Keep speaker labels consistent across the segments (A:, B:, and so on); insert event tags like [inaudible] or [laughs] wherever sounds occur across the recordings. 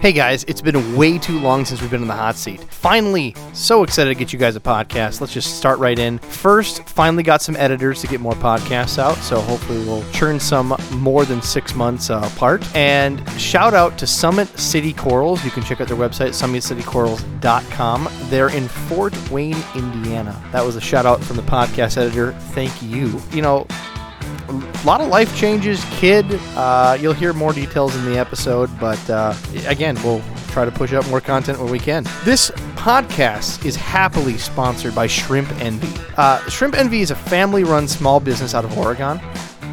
A: Hey guys, it's been way too long since we've been in the hot seat. Finally, so excited to get you guys a podcast. Let's just start right in. First, finally got some editors to get more podcasts out, so hopefully we'll churn some more than six months uh, apart. And shout out to Summit City Corals. You can check out their website, summitcitycorals.com. They're in Fort Wayne, Indiana. That was a shout out from the podcast editor. Thank you. You know, a lot of life changes, kid. Uh, you'll hear more details in the episode, but uh, again, we'll try to push out more content when we can. This podcast is happily sponsored by Shrimp Envy. Uh, Shrimp Envy is a family run small business out of Oregon.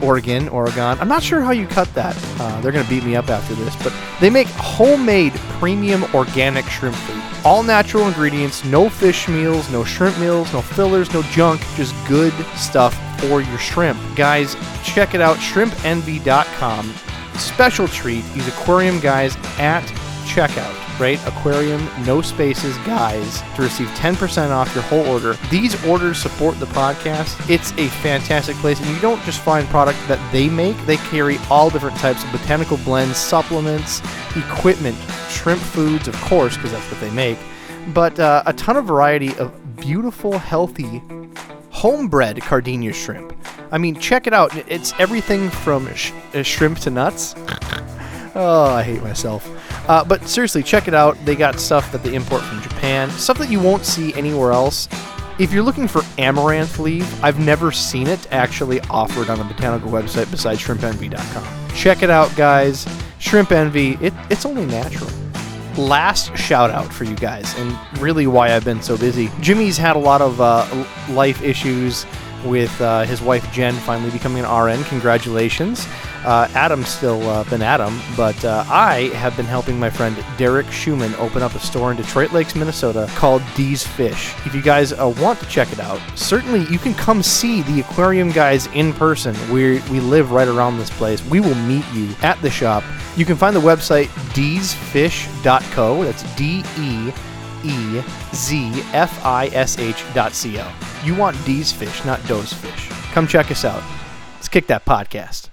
A: Oregon, Oregon. I'm not sure how you cut that. Uh, they're going to beat me up after this, but they make homemade premium organic shrimp food. All natural ingredients, no fish meals, no shrimp meals, no fillers, no junk, just good stuff for your shrimp. Guys, check it out shrimpenvy.com. Special treat, these aquarium guys at checkout. Right? Aquarium, no spaces, guys, to receive 10% off your whole order. These orders support the podcast. It's a fantastic place, and you don't just find product that they make, they carry all different types of botanical blends, supplements, equipment, shrimp foods, of course, because that's what they make, but uh, a ton of variety of beautiful, healthy homebred Cardinia shrimp. I mean, check it out. It's everything from sh- uh, shrimp to nuts. [laughs] Oh, I hate myself. Uh, but seriously, check it out. They got stuff that they import from Japan, stuff that you won't see anywhere else. If you're looking for amaranth leaf, I've never seen it actually offered on a botanical website besides shrimpenvy.com. Check it out, guys. Shrimp Envy, it, it's only natural last shout out for you guys and really why I've been so busy. Jimmy's had a lot of uh, l- life issues with uh, his wife Jen finally becoming an RN. Congratulations. Uh, Adam's still uh, been Adam, but uh, I have been helping my friend Derek Schumann open up a store in Detroit Lakes, Minnesota called D's Fish. If you guys uh, want to check it out, certainly you can come see the aquarium guys in person. We we live right around this place. We will meet you at the shop. You can find the website e deesfish.co. That's D E E Z F I S H dot C O. You want Dee's fish, not Doe's fish. Come check us out. Let's kick that podcast.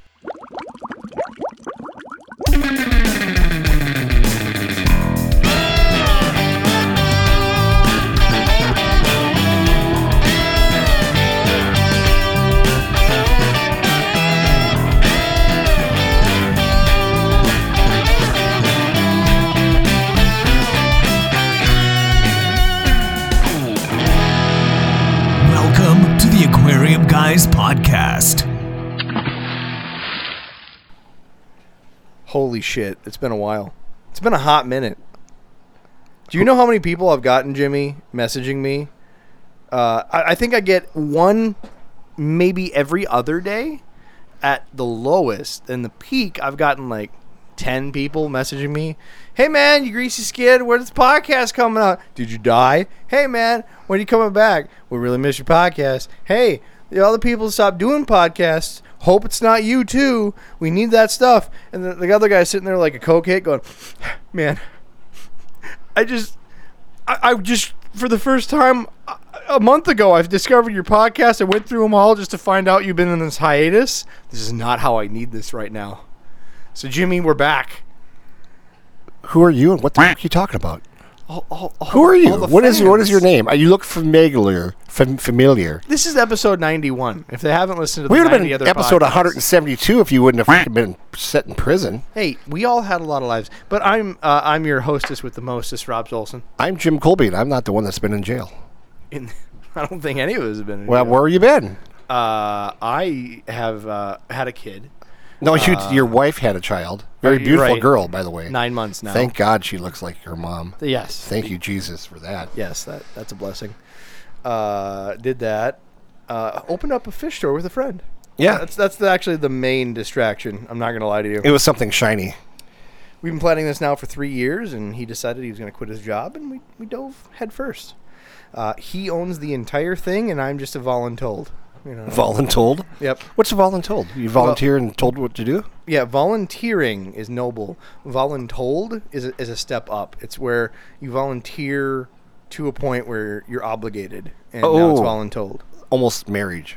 B: Welcome to the Aquarium Guys Podcast.
A: Holy shit, it's been a while. It's been a hot minute. Do you know how many people I've gotten, Jimmy, messaging me? Uh, I, I think I get one maybe every other day at the lowest. And the peak, I've gotten like 10 people messaging me. Hey, man, you greasy skid, where's the podcast coming out? Did you die? Hey, man, when are you coming back? We really miss your podcast. Hey, the other people stop doing podcasts. Hope it's not you, too. We need that stuff. And the, the other guy's sitting there like a coke hit going, man, [laughs] I just, I, I just for the first time a- a month ago, I've discovered your podcast. I went through them all just to find out you've been in this hiatus. This is not how I need this right now. So, Jimmy, we're back.
C: Who are you and what the fuck are you talking about?
A: All- all- all-
C: Who are you?
A: all the
C: What is what is your
A: fans.
C: name? Uh, You look familiar. Fam- familiar.
A: This is episode ninety-one. If they haven't listened to the
C: We would have
A: 90
C: been
A: other
C: episode
A: podcasts-
C: 172 if you wouldn't have fucking been set in prison.
A: Hey, we all had a lot of lives, but I'm uh, I'm your hostess with the mostest, Rob Zolson.
C: I'm Jim Colby, and I'm not the one that's been in jail.
A: In, [laughs] I don't think any of us have been. in
C: Well,
A: jail.
C: where have you been?
A: uh, I have uh, had a kid,
C: No, you, your wife had a child. Very
A: you're
C: beautiful
A: right.
C: girl, by the way.
A: nine months now.
C: Thank God she looks like your mom.
A: yes,
C: Thank you, Jesus, for that.
A: Yes, that that's a blessing. Uh, did that. Uh, opened up a fish store with a friend.
C: Yeah.
A: that's that's the, actually the main distraction. I'm not gonna lie to you.
C: It was something shiny. [laughs]
A: We've been planning this now for three years, and he decided he was gonna quit his job, and we we dove headfirst. Uh, he owns the entire thing, and I'm just a voluntold. You know.
C: Voluntold?
A: Yep.
C: What's voluntold? You volunteer and told what to do?
A: yeah, volunteering is noble. Voluntold is a, is a step up. It's where you volunteer to a point where you're obligated, and now it's
C: Oh.
A: voluntold.
C: Almost marriage.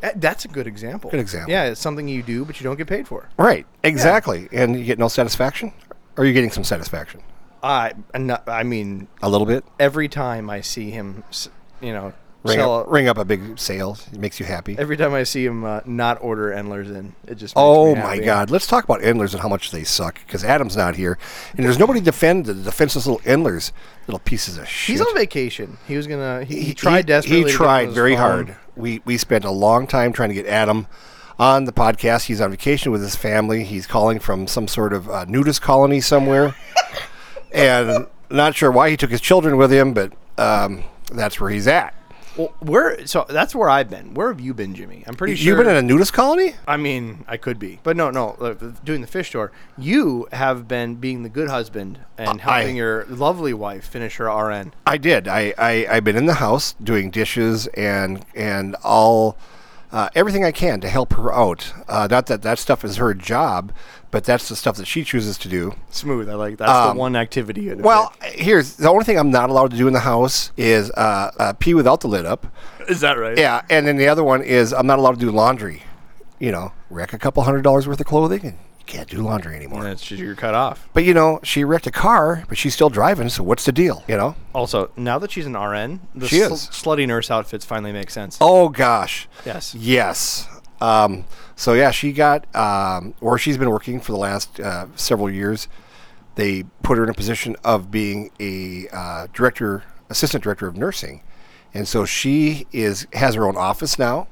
A: That- That's a good example.
C: Good example.
A: Yeah, it's something you do, but you don't get paid for.
C: Right, exactly. And you get no satisfaction? Or are you getting some satisfaction?
A: I, I'm not- I mean,
C: A little bit.
A: every time I see him, s- you know,
C: Ring,
A: sell
C: up, ring up a big sale. It makes you happy.
A: every time I see him uh, not order Endlers in, it just. Makes
C: Oh
A: me
C: my
A: happy.
C: God! Let's talk about Endlers and how much they suck because Adam's not here, and there's nobody to defend the defenseless little Endlers, little pieces of shit.
A: He's on vacation. He was gonna. He, he tried desperately. to
C: He
A: get on
C: tried
A: his
C: very
A: phone.
C: hard. We we spent a long time trying to get Adam on the podcast. He's on vacation with his family. He's calling from some sort of uh, nudist
A: [laughs]
C: colony somewhere, and not sure why he took his children with him, but um, that's where he's at.
A: Well, where? So that's where I've been. Where have you been, Jimmy? I'm pretty sure
C: You've been in a nudist colony?
A: I mean, I could be, but no, no. uh, Doing the fish store, you have been being the good husband and
C: I-
A: helping your lovely wife finish her RN.
C: I did. I, I I've been in the house doing dishes and and all uh, everything I can to help her out. Uh, not that that stuff is her job, but that's the stuff that she chooses to do.
A: Smooth. I like that's the one activity. you'd
C: Um, Well, here's the only thing I'm not allowed to do in the house is uh, uh, pee without the lid up.
A: pick. is that right?
C: Yeah, and then the other one is I'm not allowed to do laundry. You know, wreck a couple hundred dollars worth of clothing and you can't do laundry anymore.
A: That's just you're cut off.
C: But you know, she wrecked a car, but she's still driving. So what's the deal? You know?
A: Also, now that she's an RN, the
C: She is.
A: slutty nurse outfits finally make sense.
C: Oh gosh.
A: Yes.
C: Yes. Um, so yeah, she got, um, or she's been working for the last uh, several years. They put her in a position of being a uh, director, assistant director of nursing, and so she is has her own office now.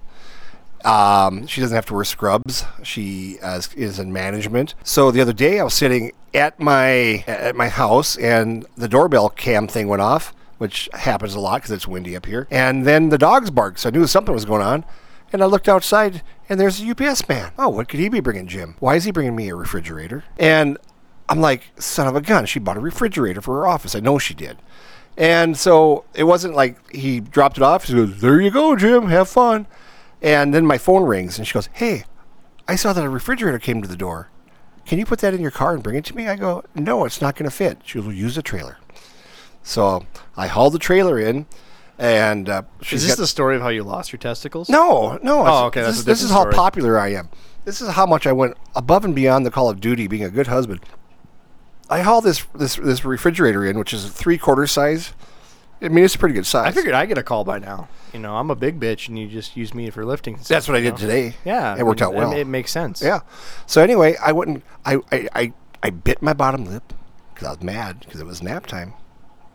C: Um, she doesn't have to wear scrubs. She uh, is- is in management. So the other day, I was sitting at my at my house, and the doorbell cam thing went off, which happens a lot because it's windy up here. And then the dogs barked, so I knew something was going on. And I looked outside, and there's a UPS man. Oh, what could he be bringing, Jim? Why is he bringing me a refrigerator? And I'm like, son of a gun, she bought a refrigerator for her office. I know she did. And so it wasn't like he dropped it off. He goes, there you go, Jim, have fun. And then my phone rings and she goes, Hey, I saw that a refrigerator came to the door. Can you put that in your car and bring it to me? I go, No, it's not going to fit. She will use the trailer. So I hauled the trailer in and uh, she's
A: Is this
C: got-
A: the story of how you lost your testicles?
C: no, no. it's-
A: okay, that's
C: This,
A: a
C: this is
A: different
C: how
A: story.
C: popular I am. This is how much I went above and beyond the call of duty, being a good husband. I haul this this this refrigerator in, which is a three quarter size. I mean, it's a pretty good size.
A: I figured I get a call by now. You know, I'm a big bitch, and you just use me for lifting. and
C: that's
A: stuff,
C: what I
A: you
C: did
A: know?
C: today.
A: Yeah, I
C: it worked
A: mean,
C: out well.
A: It, it makes sense.
C: yeah. So anyway, I wouldn't. I I I, I bit my bottom lip because I was mad because it was nap time.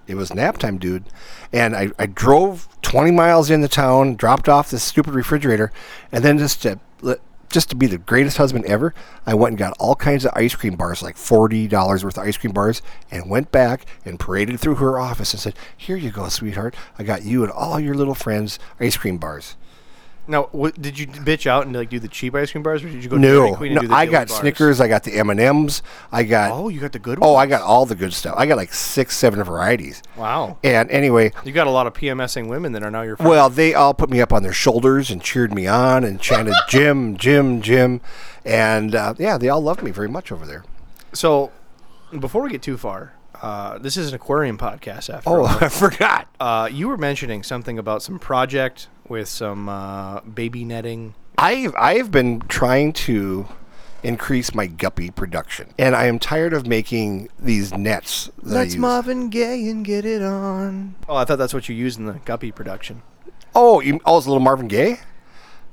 C: It was nap time, dude. And I, I drove 20 miles into town, dropped off this stupid refrigerator, and then just to, let- just to be the greatest husband ever, I went and got all kinds of ice cream bars, like $40 worth of ice cream bars, and went back and paraded through her office and said, Here you go, sweetheart. I got you and all your little friends ice cream bars.
A: Now, what, did you bitch out and like do the cheap ice cream bars, or did you go to Dairy
C: No,
A: Queen
C: no
A: and do the
C: I
A: deal
C: got
A: bars?
C: Snickers, I got the M&Ms, I got
A: Oh, you got the good.
C: Oh,
A: ones?
C: I got all the good stuff. I got like 6 7 varieties.
A: Wow.
C: And anyway,
A: You got a lot of PMSing women that are now your friends.
C: Well, they all put me up on their shoulders and cheered me on and chanted Jim, Jim, Jim, and uh, yeah, they all loved me very much over there.
A: so, before we get too far, uh, this is an aquarium podcast. After
C: Oh,
A: all.
C: I forgot.
A: Uh, you were mentioning something about some project with some uh, baby netting.
C: I've I've been trying to increase my guppy production, and I am tired of making these nets. That I use.
A: Marvin Gaye and get it on. Oh, I thought that's what you used in the Guppy production.
C: Oh, you, oh, it's a little Marvin Gaye.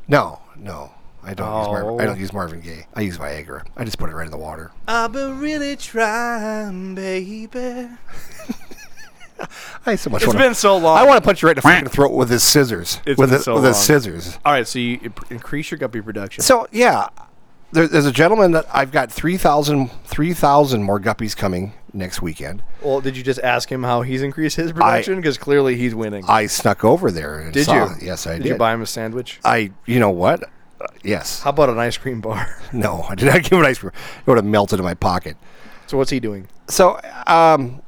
C: No, no, I don't use Marvin.
A: Oh.
C: I don't use Marvin Gaye. I use Viagra. I just put it right in the water.
A: I've been really trying, baby.
C: I so much.
A: It's
C: wanna,
A: been so long.
C: I want to punch you right in the fucking throat with his scissors.
A: It's
C: with
A: been
C: his-
A: so
C: with his
A: long.
C: scissors.
A: All right, so you imp- increase your guppy production.
C: So yeah, there, there's a gentleman that I've got 3,000 3,000 more guppies coming next weekend.
A: well, did you just ask him how he's increased his production? Because clearly he's winning.
C: I snuck over there. And
A: did
C: saw-
A: you?
C: Yes, I did.
A: Did you buy him a sandwich?
C: I, you know what? Uh, yes.
A: How about an ice cream bar? [laughs]
C: No, [laughs] I did not give him an ice cream. It would have melted in my pocket.
A: so what's he doing?
C: So, um,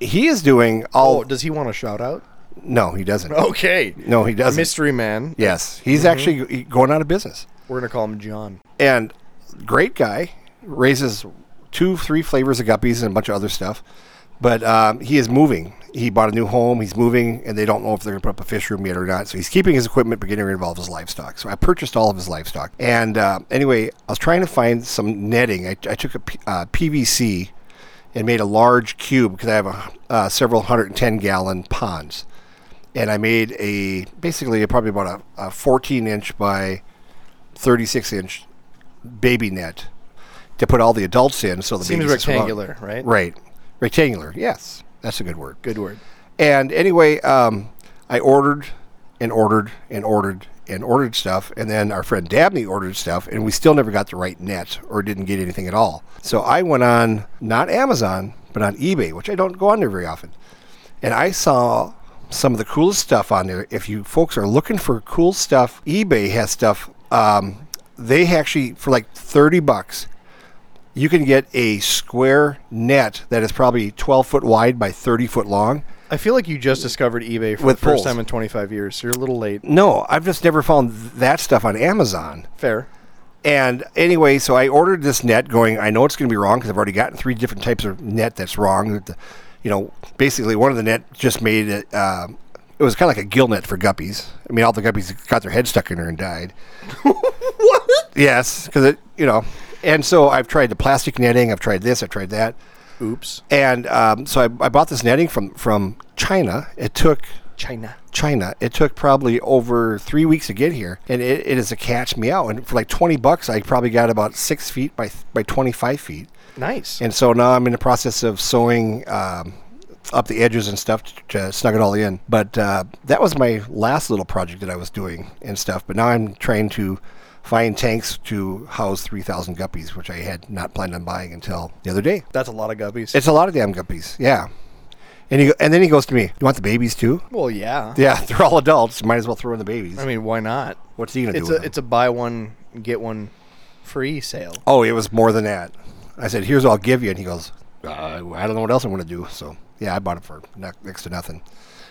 C: he is doing all.
A: Oh, does he want a shout out?
C: no, he doesn't.
A: Okay.
C: No, he doesn't.
A: Mystery man.
C: yes, he's
A: Mm-hmm.
C: actually g- going out of business.
A: We're gonna call him John.
C: and great guy raises two three flavors of guppies and a bunch of other stuff but um, he is moving he bought a new home he's moving and they don't know if they're going to put up a fish room yet or not so he's keeping his equipment but getting rid of all of his livestock so i purchased all of his livestock and uh, anyway i was trying to find some netting i, I took a P- uh, pvc and made a large cube because I have a, uh, several hundred and ten gallon ponds, and I made a basically a, probably about a, a fourteen inch by thirty six inch baby net to put all the adults in. So the
A: Seems
C: babies can swim out.
A: rectangular, right?
C: Right, rectangular. Yes, that's a good word.
A: Good word.
C: And anyway, um, I ordered and ordered and ordered and ordered stuff. And then our friend Dabney ordered stuff, and we still never got the right net or didn't get anything at all. So I went on, not Amazon, but on eBay, which I don't go on there very often. And I saw some of the coolest stuff on there. If you folks are looking for cool stuff, eBay has stuff. Um, they actually, for like 30 bucks, you can get a square net that is probably 12 foot wide by 30 foot long.
A: I feel like you just discovered eBay for
C: With
A: the first
C: poles.
A: time in 25 years. So you're a little late.
C: No, I've just never found th- that stuff on Amazon.
A: Fair.
C: And anyway, so I ordered this net going, I know it's going to be wrong because I've already gotten three different types of net that's wrong. The- You know, basically, one of the net just made it, um it was kind of like a gill net for guppies. I mean, all the guppies got their head stuck in her and died. what? Yes, because it, you know, and so I've tried the plastic netting, I've tried this, I've tried that.
A: Oops.
C: And um, so I, I bought this netting from, from China. It took
A: China.
C: China. It took probably over three weeks to get here, and it, it is a catch meow. And for like twenty bucks, I probably got about six feet by by twenty five feet.
A: Nice.
C: And so now I'm in the process of sewing um, up the edges and stuff to, to snug it all in. But uh, that was my last little project that I was doing and stuff. But now I'm trying to find tanks to house three thousand guppies, which I had not planned on buying until the other day.
A: That's a lot of guppies.
C: It's a lot of damn guppies, yeah. And he go- and then he goes to me, "You want the babies too?"
A: well, yeah.
C: Yeah, [laughs] they're all adults. Might as well throw in the babies.
A: I mean, why not?
C: What's he gonna
A: It's
C: do?
A: a
C: with them?
A: it's a buy one get one free sale.
C: oh, it was more than that. I said, "Here's what I'll give you," and he goes, uh, "I don't know what else I'm going to do." So yeah, I bought it for no- next to nothing.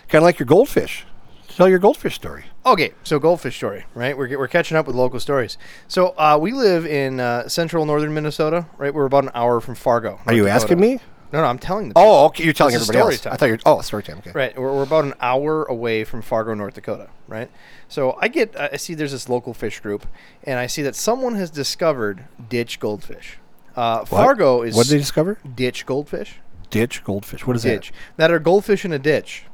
C: Kind of like your goldfish. Tell your goldfish story.
A: Okay, so goldfish story, right? We're, we're catching up with local stories. So uh, we live in uh, central northern Minnesota, right? We're about an hour from Fargo.
C: Are you asking me?
A: No, no, I'm telling the people.
C: Oh, okay. You're telling
A: This is story
C: everybody else.
A: time.
C: I thought you're. Oh, story time. Okay.
A: Right, we're, we're about an hour away from Fargo, North Dakota, right? So I get, I see there's this local fish group, and I see that someone has discovered ditch goldfish. Uh,
C: What?
A: Fargo is
C: What did they discover?
A: ditch goldfish.
C: Ditch goldfish. What is
A: Ditch that are goldfish in a ditch. Um,
C: that?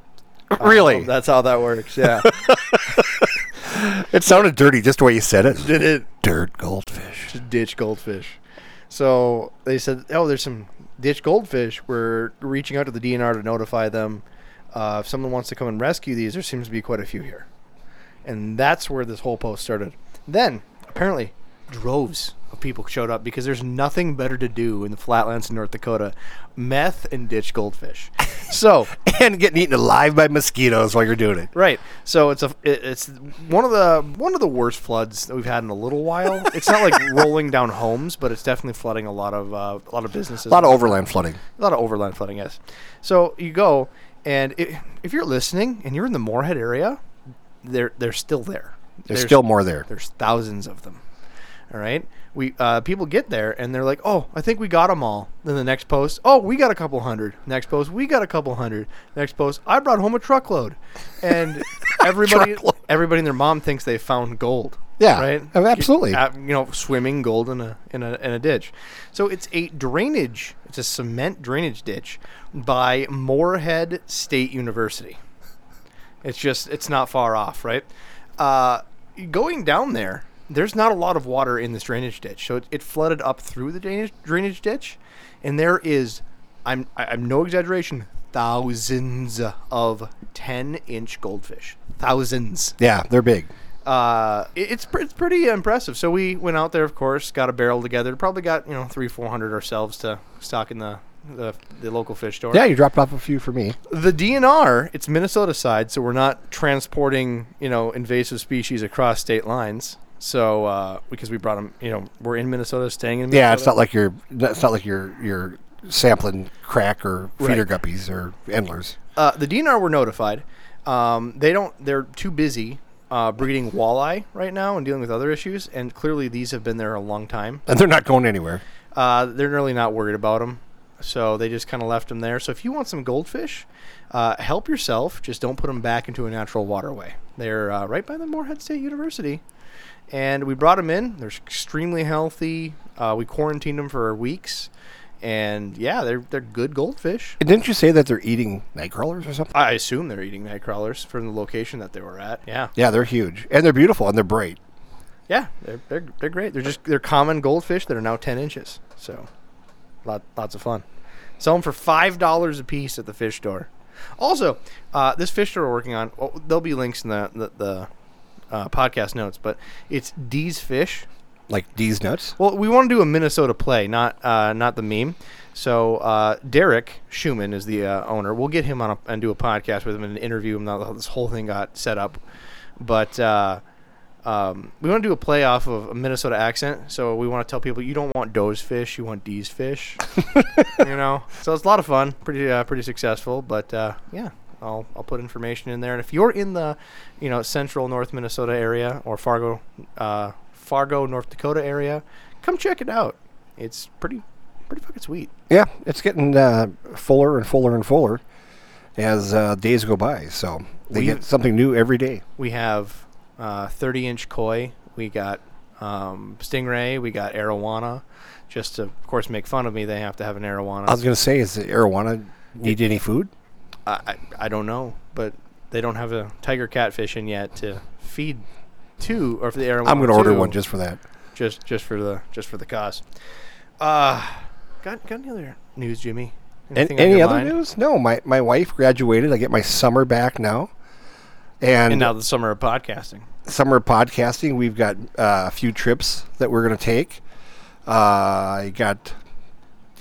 C: [laughs] Really?
A: That's how that works.
C: [laughs]
A: Yeah.
C: It sounded dirty just the way you said it.
A: did it
C: Dirt goldfish.
A: to ditch goldfish. So they said, "Oh, there's some ditch goldfish. We're reaching out to the DNR to notify them. Uh, if someone wants to come and rescue these, there seems to be quite a few here." And that's where this whole post started. Then apparently, droves of people showed up because there's nothing better to do in the flatlands of North Dakota, meth and ditch goldfish. So
C: [laughs] And getting eaten alive by mosquitoes while you're doing it.
A: Right. So it's a it- it's one of the one of the worst floods that we've had in a little while. It's not like [laughs] rolling down homes, but it's definitely flooding a lot of uh, a lot of businesses.
C: A lot of overland flooding.
A: a lot of overland flooding. Yes. So you go and i if you're listening and you're in the Moorhead area, they're they're still there.
C: There's, still more there.
A: There's thousands of them. All right. We uh, people get there and they're like, "Oh, I think we got them all." Then the next post, "Oh, we got a couple hundred." Next post, "We got a couple hundred." Next post, "I brought home a truckload,"
C: [laughs]
A: and everybody,
C: Truckload.
A: everybody and their mom thinks they found gold.
C: Yeah,
A: Right.
C: oh, absolutely.
A: Uh, you know, swimming gold in a in a in a ditch. So it's a drainage. It's a cement drainage ditch by Moorhead State University. It's just it's not far off, right? Uh, going down there, there's not a lot of water in this drainage ditch, so it, it flooded up through the drainage drainage ditch, and there is, I'm I- I'm no exaggeration, thousands of ten inch goldfish, thousands.
C: Yeah, they're big.
A: Uh, it, it's pre- it's pretty impressive. So we went out there, of course, got a barrel together, probably got you know three four hundred ourselves to stock in the. The, the local fish store
C: Yeah, you dropped off a few for me.
A: the DNR, it's Minnesota side, so we're not transporting, you know, invasive species across state lines. So uh, because we brought them, you know, we're in Minnesota, staying in. Minnesota.
C: Yeah, it's not like you're it's not like you're you're sampling crack or feeder
A: Right.
C: guppies or endlers.
A: Uh, the DNR were notified. Um, they don't. They're too busy uh, breeding walleye right now and dealing with other issues. And clearly, these have been there a long time.
C: And they're not going anywhere.
A: Uh, they're really not worried about them. So they just kind of left them there. So if you want some goldfish, uh, help yourself. Just don't put them back into a natural waterway. They're uh, right by the Moorhead State University. And we brought them in. They're extremely healthy. Uh, we quarantined them for weeks. and yeah, they're they're good goldfish.
C: And didn't you say that they're eating night crawlers or something?
A: I assume they're eating night crawlers from the location that they were at. Yeah,
C: Yeah, they're huge and they're beautiful and they're bright.
A: yeah, they're they're, they're great. They're just they're common goldfish that are now ten inches. So, lot, lots of fun. Sell them for five dollars a piece at the fish store. Also, uh, this fish store we're working on. oh, there'll be links in the the, the uh, podcast notes, but it's D's Fish.
C: Like these nuts.
A: Well, we want to do a Minnesota play, not uh, not the meme. So uh, Derek Schumann is the uh, owner. We'll get him on a, and do a podcast with him and interview him. Now that this whole thing got set up, but uh, um, we want to do a play off of a Minnesota accent. So we want to tell people you don't want Doe's fish, you want D's fish. you know, so it's a lot of fun. Pretty uh, pretty successful, but uh, yeah. I'll, I'll put information in there, and if you're in the, you know, central North Minnesota area or Fargo, uh, Fargo, North Dakota area, come check it out. It's pretty, pretty fucking sweet.
C: Yeah, it's getting uh, fuller and fuller and fuller as uh, days go by. So they
A: We-
C: get something new every day.
A: We have uh, 30 inch koi. We got um, stingray. We got arowana. Just to, of course, make fun of me, they have to have an arowana.
C: I was gonna say, is the arowana need any food?
A: I, I, I don't know, but they don't have a tiger catfish in yet to feed to, or for the arowana.
C: I'm gonna order
A: to,
C: one just for that.
A: just just for the just for the cause. Uh, got got any other news, Jimmy?
C: And,
A: on
C: any
A: your
C: other
A: mind?
C: news? No, my, my wife graduated. I get my summer back now. And,
A: And now the summer of podcasting.
C: summer podcasting, we've got uh, a few trips that we're going to take. Uh, I got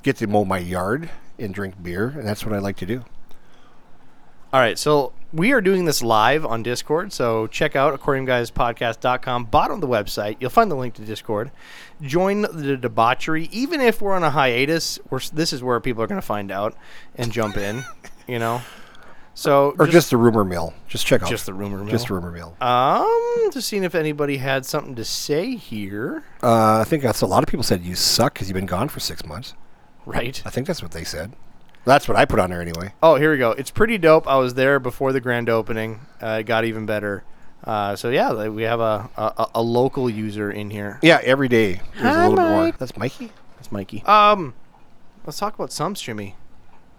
C: get to mow my yard and drink beer, and that's what I like to do.
A: All right, so we are doing this live on Discord, so check out aquariumguyspodcast.com. Bottom of the website, you'll find the link to Discord. Join the debauchery. Even if we're on a hiatus, we're, s- this is where people are going to find out and jump
C: [laughs]
A: in, you know? So,
C: Or just, the rumor mill. Just check out
A: just the rumor mill.
C: just rumor mill.
A: um, just seeing if anybody had something to say here.
C: Uh, I think that's a lot of people said you suck because you've been gone for six months.
A: Right.
C: I think that's what they said. That's what I put on there anyway.
A: Oh, here we go. It's pretty dope. I was there before the grand opening. Uh, it got even better. Uh, so yeah, like, we have a, a a- a local user in here.
C: Yeah, every day there's
A: Hi,
C: a little bit more.
A: Mike.
C: That's Mikey.
A: That's Mikey. Um, let's talk about sumps, Jimmy.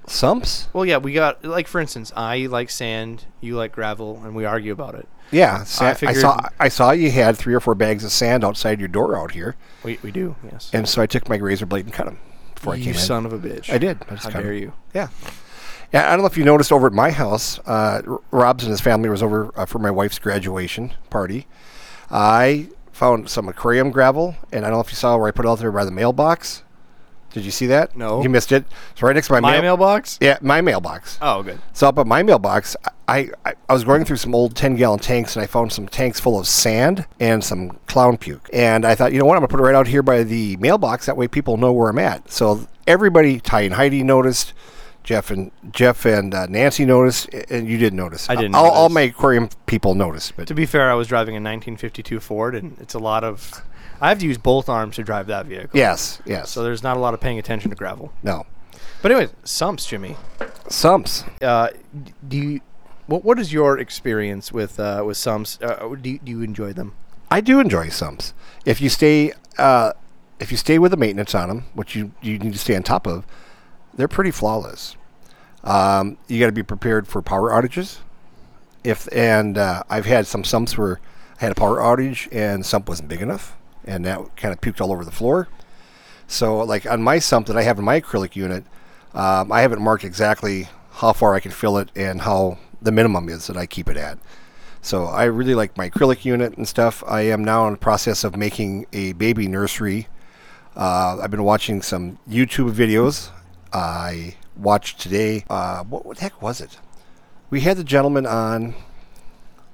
C: Sumps.
A: Well, yeah, we got like for instance, I like sand, you like gravel, and we argue about it.
C: Yeah, sa-
A: I
C: I,
A: figured-
C: saw. I saw you had three or four bags of sand outside your door out here,
A: We we do. Yes.
C: and so I took my razor blade and cut them before I
A: you
C: came in.
A: son of a bitch.
C: I did. I just
A: How
C: cut 'em.
A: dare you?
C: Yeah. Yeah, I don't know if you noticed over at my house, uh, R- Rob's and his family was over uh, for my wife's graduation party. I found some aquarium gravel, and I don't know if you saw where I put it out there by the mailbox. Did you see that?
A: No.
C: You missed it. It's right next to my,
A: My
C: mail-
A: mailbox.
C: Yeah, my mailbox.
A: Oh, good.
C: So up at my mailbox, I, I I was going through some old ten gallon tanks and I found some tanks full of sand and some clown puke. And I thought, you know what, I'm gonna put it right out here by the mailbox. That way people know where I'm at. So everybody, Ty and Heidi noticed. Jeff and Jeff and uh, Nancy noticed, a- and you didn't notice.
A: I didn't
C: All, all
A: notice.
C: my aquarium people noticed, but
A: To be fair, I was driving a 1952 Ford, and it's a lot of. I have to use both arms to drive that vehicle.
C: yes, yes,
A: So there's not a lot of paying attention to gravel.
C: no,
A: But anyway, sumps, Jimmy.
C: sumps.
A: Uh, d- do you? What What is your experience with uh, with sumps? Uh, do you, Do you enjoy them?
C: I do enjoy sumps. If you stay, uh, if you stay with the maintenance on them, which you you need to stay on top of, they're pretty flawless. Um, you got to be prepared for power outages. If and uh, I've had some sumps where I had a power outage and sump wasn't big enough, and that kind of puked all over the floor. So like on my sump that I have in my acrylic unit, um, I haven't marked exactly how far I can fill it and how the minimum is that I keep it at. So I really like my acrylic unit and stuff. I am now in the process of making a baby nursery. Uh, I've been watching some YouTube videos. I watched today. Uh, what, what the heck was it? We had the gentleman on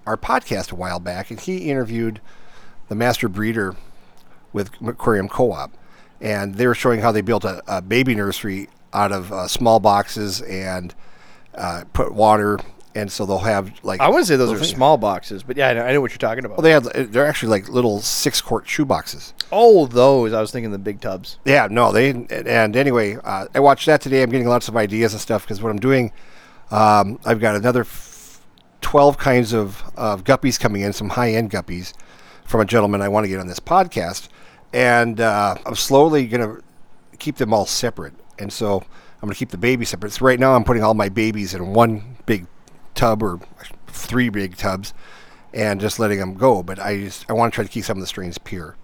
C: our podcast a while back, and he interviewed the master breeder with Aquarium Co-op, and they were showing how they built a, a baby nursery out of uh, small boxes and uh, put water, and so they'll have like
A: I wouldn't say those
C: little
A: are
C: things.
A: small boxes, but yeah, I know, I know what you're talking about.
C: Well, they have. They're actually like little six quart shoe boxes.
A: oh, those! I was thinking the big tubs.
C: Yeah, no, they. And anyway, uh, I watched that today. I'm getting lots of ideas and stuff because what I'm doing, um, I've got another f- twelve kinds of of guppies coming in, some high end guppies from a gentleman I want to get on this podcast, and uh, I'm slowly gonna keep them all separate. and so I'm going to keep the babies separate. So right now I'm putting all my babies in one big tub or three big tubs, and just letting them go. But I just I want to try to keep some of the strains pure.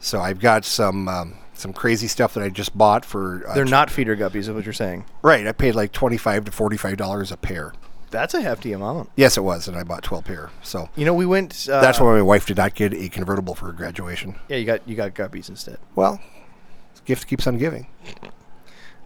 C: So I've got some um, some crazy stuff that I just bought for. Uh,
A: They're not feeder guppies, is what you're saying.
C: right. I paid like twenty five to forty five dollars a pair.
A: That's a hefty amount.
C: Yes, it was, and I bought twelve pair. So
A: You know, we went. Uh,
C: that's why my wife did not get a convertible for her graduation.
A: Yeah, you got you got guppies instead.
C: Well, gift keeps on giving.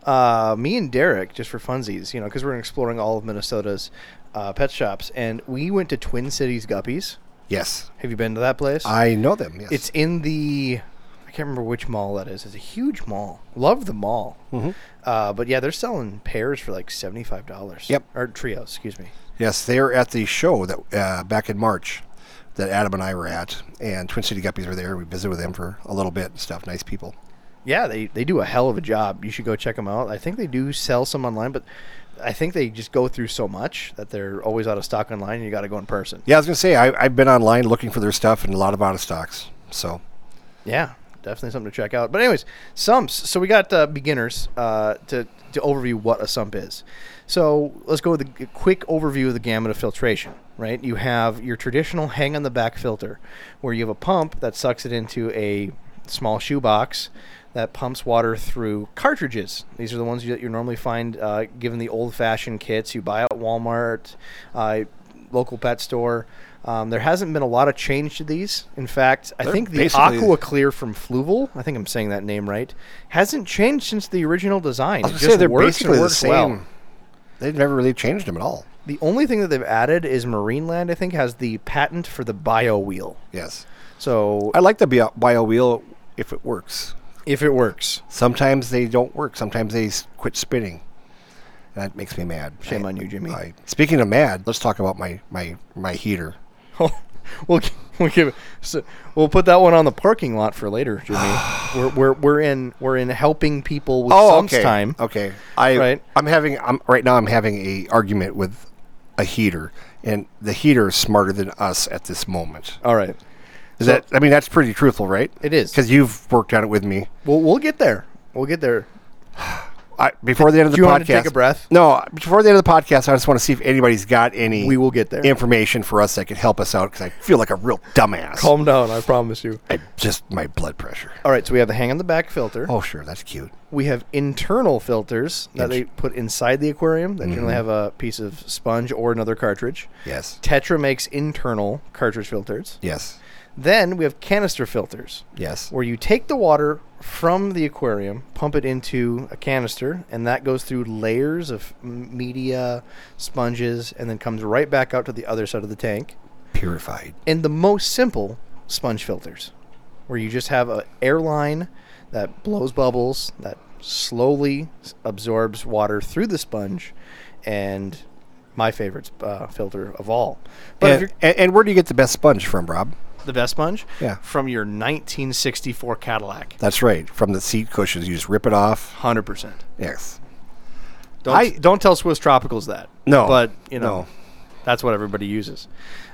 A: uh, me and Derek, just for funsies, you know, because we're exploring all of Minnesota's uh, pet shops, and we went to Twin Cities Guppies.
C: Yes,
A: Have you been to that place?
C: I know them. Yes,
A: it's in the, I can't remember which mall that is. It's a huge mall. Love the mall.
C: Mm-hmm.
A: Uh, but yeah, they're selling pairs for like seventy five dollars.
C: Yep.
A: Or trios, excuse me.
C: yes, they were at the show that uh, back in March that Adam and I were at, and Twin City Guppies were there. We visited with them for a little bit and stuff. Nice people.
A: Yeah, they they do a hell of a job. You should go check them out. I think they do sell some online, but. I think they just go through so much that they're always out of stock online, and you got to go in person.
C: Yeah, I was gonna say I, I've been online looking for their stuff and a lot of out of stocks. So
A: Yeah, definitely something to check out. But anyways, sumps. So we got uh, beginners uh, to to overview what a sump is. So let's go with a g- quick overview of the gamut of filtration. Right, you have your traditional hang on the back filter, where you have a pump that sucks it into a small shoebox that pumps water through cartridges. These are the ones that you normally find uh, given the old-fashioned kits you buy at Walmart. Uh, local pet store um, there hasn't been a lot of change to these in fact i
C: They're
A: think the
C: basically-
A: aqua Clear from Fluval, I think I'm saying that name right, hasn't changed since the original design.
C: I
A: It
C: was
A: just
C: gonna say they're
A: works and
C: basically the
A: works
C: same.
A: well.
C: They've never really changed them at all.
A: The only thing that they've added is Marineland, I think, has the patent for the bio wheel.
C: Yes,
A: So
C: I like the bio, bio wheel if it works.
A: if it works, [laughs]
C: Sometimes they don't work. Sometimes they s- quit spinning. And that makes me mad.
A: Shame
C: I-
A: on you, Jimmy.
C: I- speaking of mad, let's talk about my my my heater.
A: we'll gi- we'll give it, so we'll put that one on the parking lot for later,
C: [sighs]
A: Jimmy. we're, we're we're in we're in helping people with some
C: Oh, okay.
A: time.
C: Okay, I
A: Oh, Right.
C: I'm having I'm right now. I'm having a argument with a heater, and the heater is smarter than us at this moment.
A: All right,
C: Is that I mean that's pretty truthful, right?
A: Uh, It is.
C: because you've worked on it with me.
A: we'll we'll get there. We'll get there.
C: I, before the end of the
A: you
C: podcast,
A: want to take a breath?
C: No, before the end of the podcast, I just want to see if anybody's got any.
A: We will get there.
C: Information for us that could help us out because I feel like a real dumbass.
A: Calm down, I promise you.
C: I, just my blood pressure.
A: All right, so we have the hang on the back filter.
C: Oh, sure, that's cute.
A: We have internal filters that they put inside the aquarium that generally have a piece of sponge or another cartridge.
C: Yes,
A: Tetra makes internal cartridge filters.
C: yes,
A: Then we have canister filters,
C: yes.
A: where you take the water from the aquarium, pump it into a canister, and that goes through layers of m- media, sponges, and then comes right back out to the other side of the tank.
C: Purified.
A: And the most simple sponge filters, where you just have a airline that blows bubbles that slowly s- absorbs water through the sponge, and my favorite uh, filter of all. But if
C: And,
A: you're,
C: and, and where do you get the best sponge from, Rob?
A: the best sponge,
C: Yeah.
A: from your 1964 Cadillac,
C: That's right, from the seat cushions. You just rip it off.
A: hundred percent.
C: Yes.
A: Don't
C: I-
A: don't tell Swiss Tropicals that.
C: No,
A: but you know
C: no.
A: that's what everybody uses.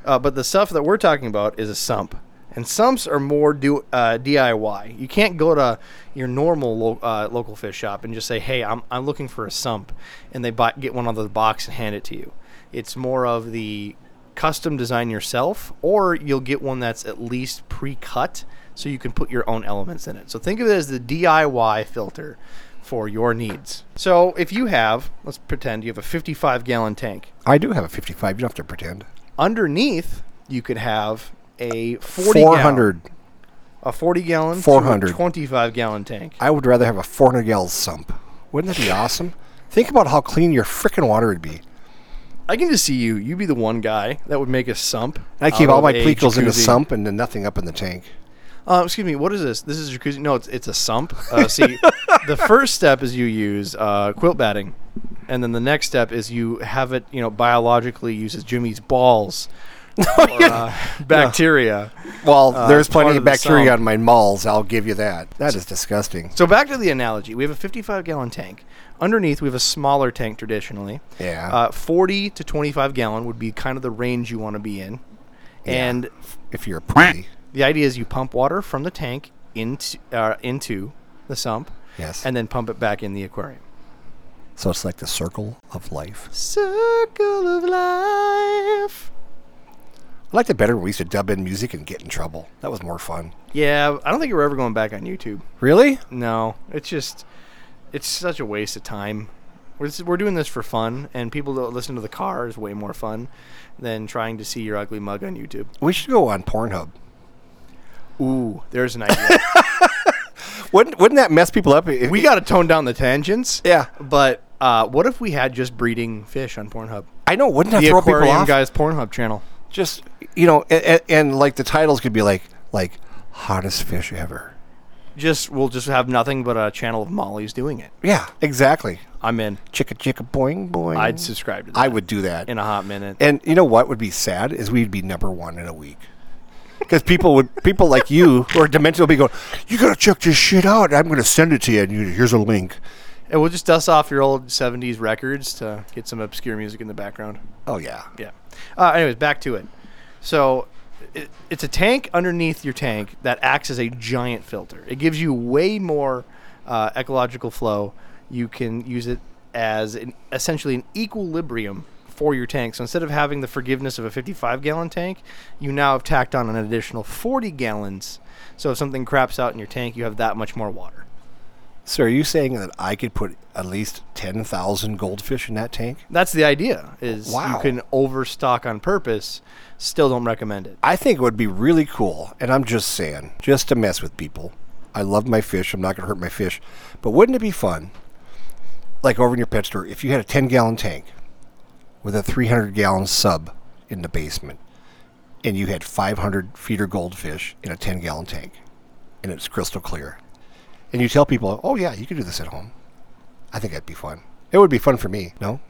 A: Uh, but the stuff that we're talking about is a sump, and sumps are more do uh, DIY. You can't go to your normal lo- uh, local fish shop and just say, "Hey, I'm I'm looking for a sump," and they buy, get one out of the box and hand it to you. It's more of the custom design yourself, or you'll get one that's at least pre-cut, so you can put your own elements in it. So think of it as the DIY filter for your needs. So if you have, let's pretend you have a 55 gallon tank.
C: I do have a 55. You don't have to pretend.
A: Underneath, you could have a 40 gallon,
C: 400.
A: a 40 gallon, to a
C: 400.
A: 25 gallon tank.
C: I would rather have a 400 gallon sump. Wouldn't [sighs] that be awesome? Think about how clean your freaking water would be.
A: I can just see you. You'd be the one guy that would make a sump.
C: I keep
A: out
C: all
A: of
C: my
A: a
C: plecos in the
A: jacuzzi.
C: sump and then nothing up in the tank.
A: Uh, excuse me, what is this? This is a jacuzzi. No, it's, it's a sump. Uh,
C: [laughs]
A: see, the first step is you use uh, quilt batting, and then the next step is you have it, you know, biologically uses Jimmy's
C: [laughs]
A: balls, or, uh, bacteria.
C: Well, there's
A: part
C: plenty
A: of
C: Uh, of
A: the
C: bacteria
A: sump.
C: on my malls. I'll give you that. That is disgusting.
A: So back to the analogy, we have a 55 gallon tank. Underneath, we have a smaller tank traditionally.
C: Yeah.
A: Uh, 40 to 25 gallon would be kind of the range you want to be in. And
C: If you're a pussy.
A: the idea is you pump water from the tank into uh, into the sump,
C: Yes.
A: and then pump it back in the aquarium.
C: so it's like the circle of life.
A: Circle of life.
C: I liked it better when we used to dub in music and get in trouble. That was more fun.
A: Yeah, I don't think we're ever going back on YouTube.
C: Really?
A: No, it's just it's such a waste of time. We're, this, we're doing this for fun, and people that listen to the car is way more fun than trying to see your ugly mug on YouTube.
C: We should go on Pornhub.
A: Ooh, there's an
C: [laughs]
A: idea.
C: Wouldn't Wouldn't that mess people up? If-
A: we got to tone down the tangents.
C: Yeah.
A: but uh, what if we had just breeding fish on Pornhub?
C: I know. Wouldn't that
A: The
C: throw people
A: aquarium
C: off?
A: guys Pornhub channel.
C: Just you know, and, and like the titles could be like like hottest fish ever.
A: Just we'll just have nothing but a channel of Molly's doing it.
C: Yeah, exactly.
A: I'm in.
C: Chicka chicka boing boing.
A: I'd subscribe to that.
C: I would do that.
A: in a hot minute.
C: And you know what would be sad is we'd be number one in a week. Because people would, people like you who are demented will be going, you gotta check this shit out. I'm gonna send it to you, and you, here's a link.
A: And we'll just dust off your old 70s records to get some obscure music in the background.
C: Oh yeah,
A: Yeah. Uh, anyways, back to it. So it, it's a tank underneath your tank that acts as a giant filter. It gives you way more uh, ecological flow. You can use it as an, essentially an equilibrium for your tank. So instead of having the forgiveness of a 55 gallon tank, you now have tacked on an additional 40 gallons. So if something craps out in your tank, you have that much more water.
C: So are you saying that I could put at least ten thousand goldfish in that tank?
A: That's the idea. Is
C: Wow.
A: you can overstock on purpose. Still don't recommend it.
C: I think it would be really cool, and I'm just saying, just to mess with people. I love my fish. I'm not gonna hurt my fish, but wouldn't it be fun? Like over in your pet store, if you had a 10 gallon tank with a 300 gallon sub in the basement, and you had 500 feeder goldfish in a 10 gallon tank, and it's crystal clear, and you tell people, "Oh yeah, you can do this at home." I think that'd be fun. It would be fun for me. No,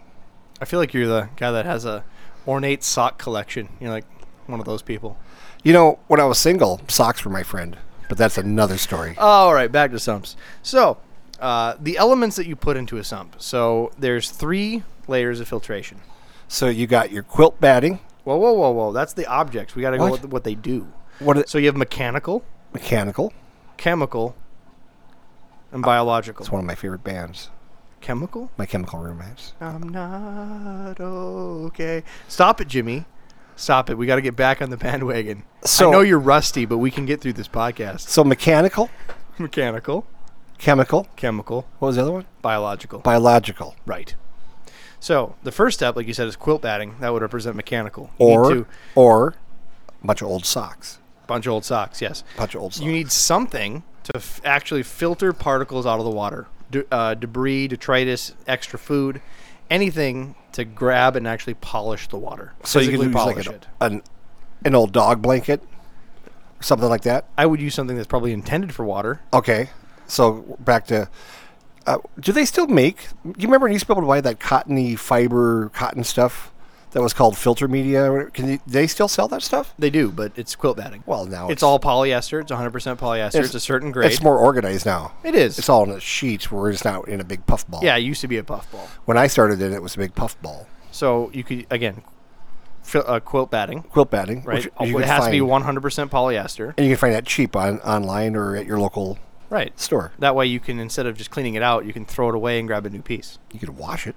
A: I feel like you're the guy that has a ornate sock collection. You're like one of those people.
C: you know when I was single, socks were my friend, but that's another story.
A: All right, back to sumps. So, uh, the elements that you put into a sump. So there's three layers of filtration.
C: So you got your quilt batting,
A: Whoa, whoa, whoa, whoa! That's the objects. We got to go
C: What?
A: with what they do.
C: what is
A: So you have mechanical,
C: mechanical?
A: chemical, and biological.
C: It's one of my favorite bands,
A: Chemical?
C: my Chemical Roommates.
A: I'm not okay. Stop it, Jimmy. Stop it. We got to get back on the bandwagon. I
C: So-
A: know you're rusty, but we can get through this podcast.
C: So mechanical,
A: Mechanical,
C: chemical.
A: chemical,
C: What was the other one?
A: biological.
C: Biological.
A: right. So the first step, like you said, is quilt batting. That would represent mechanical. You need
C: Or
A: to
C: or a bunch of old socks.
A: bunch of old socks. Yes.
C: Bunch of old socks.
A: You need something to f- actually filter particles out of the water, De- uh, debris, detritus, extra food, anything to grab and actually polish the water.
C: so you could
A: Physically
C: use like
A: polish
C: an,
A: it.
C: an an old dog blanket, something like that.
A: I would use something that's probably intended for water.
C: Okay. So back to. Uh, do they still make? Do you remember when you used to be able to buy that cottony fiber cotton stuff that was called filter media? Can you, they still sell that stuff?
A: They do, but it's quilt batting.
C: Well, now
A: it's,
C: it's-
A: all polyester. It's 100% polyester. It's, a certain grade.
C: It's more organized now.
A: It is.
C: It's all in a sheet where it's not in a big puff ball.
A: yeah, it used to be a puffball.
C: When I started in, it was a big puff ball.
A: So you could again, fil- uh, quilt batting,
C: Quilt batting,
A: right?
C: which you
A: it
C: can
A: has to be
C: find-
A: 100% polyester,
C: And you can find that cheap on online or at your local
A: right?
C: store.
A: That way, you can instead of just cleaning it out, you can throw it away and grab a new piece.
C: You could wash it,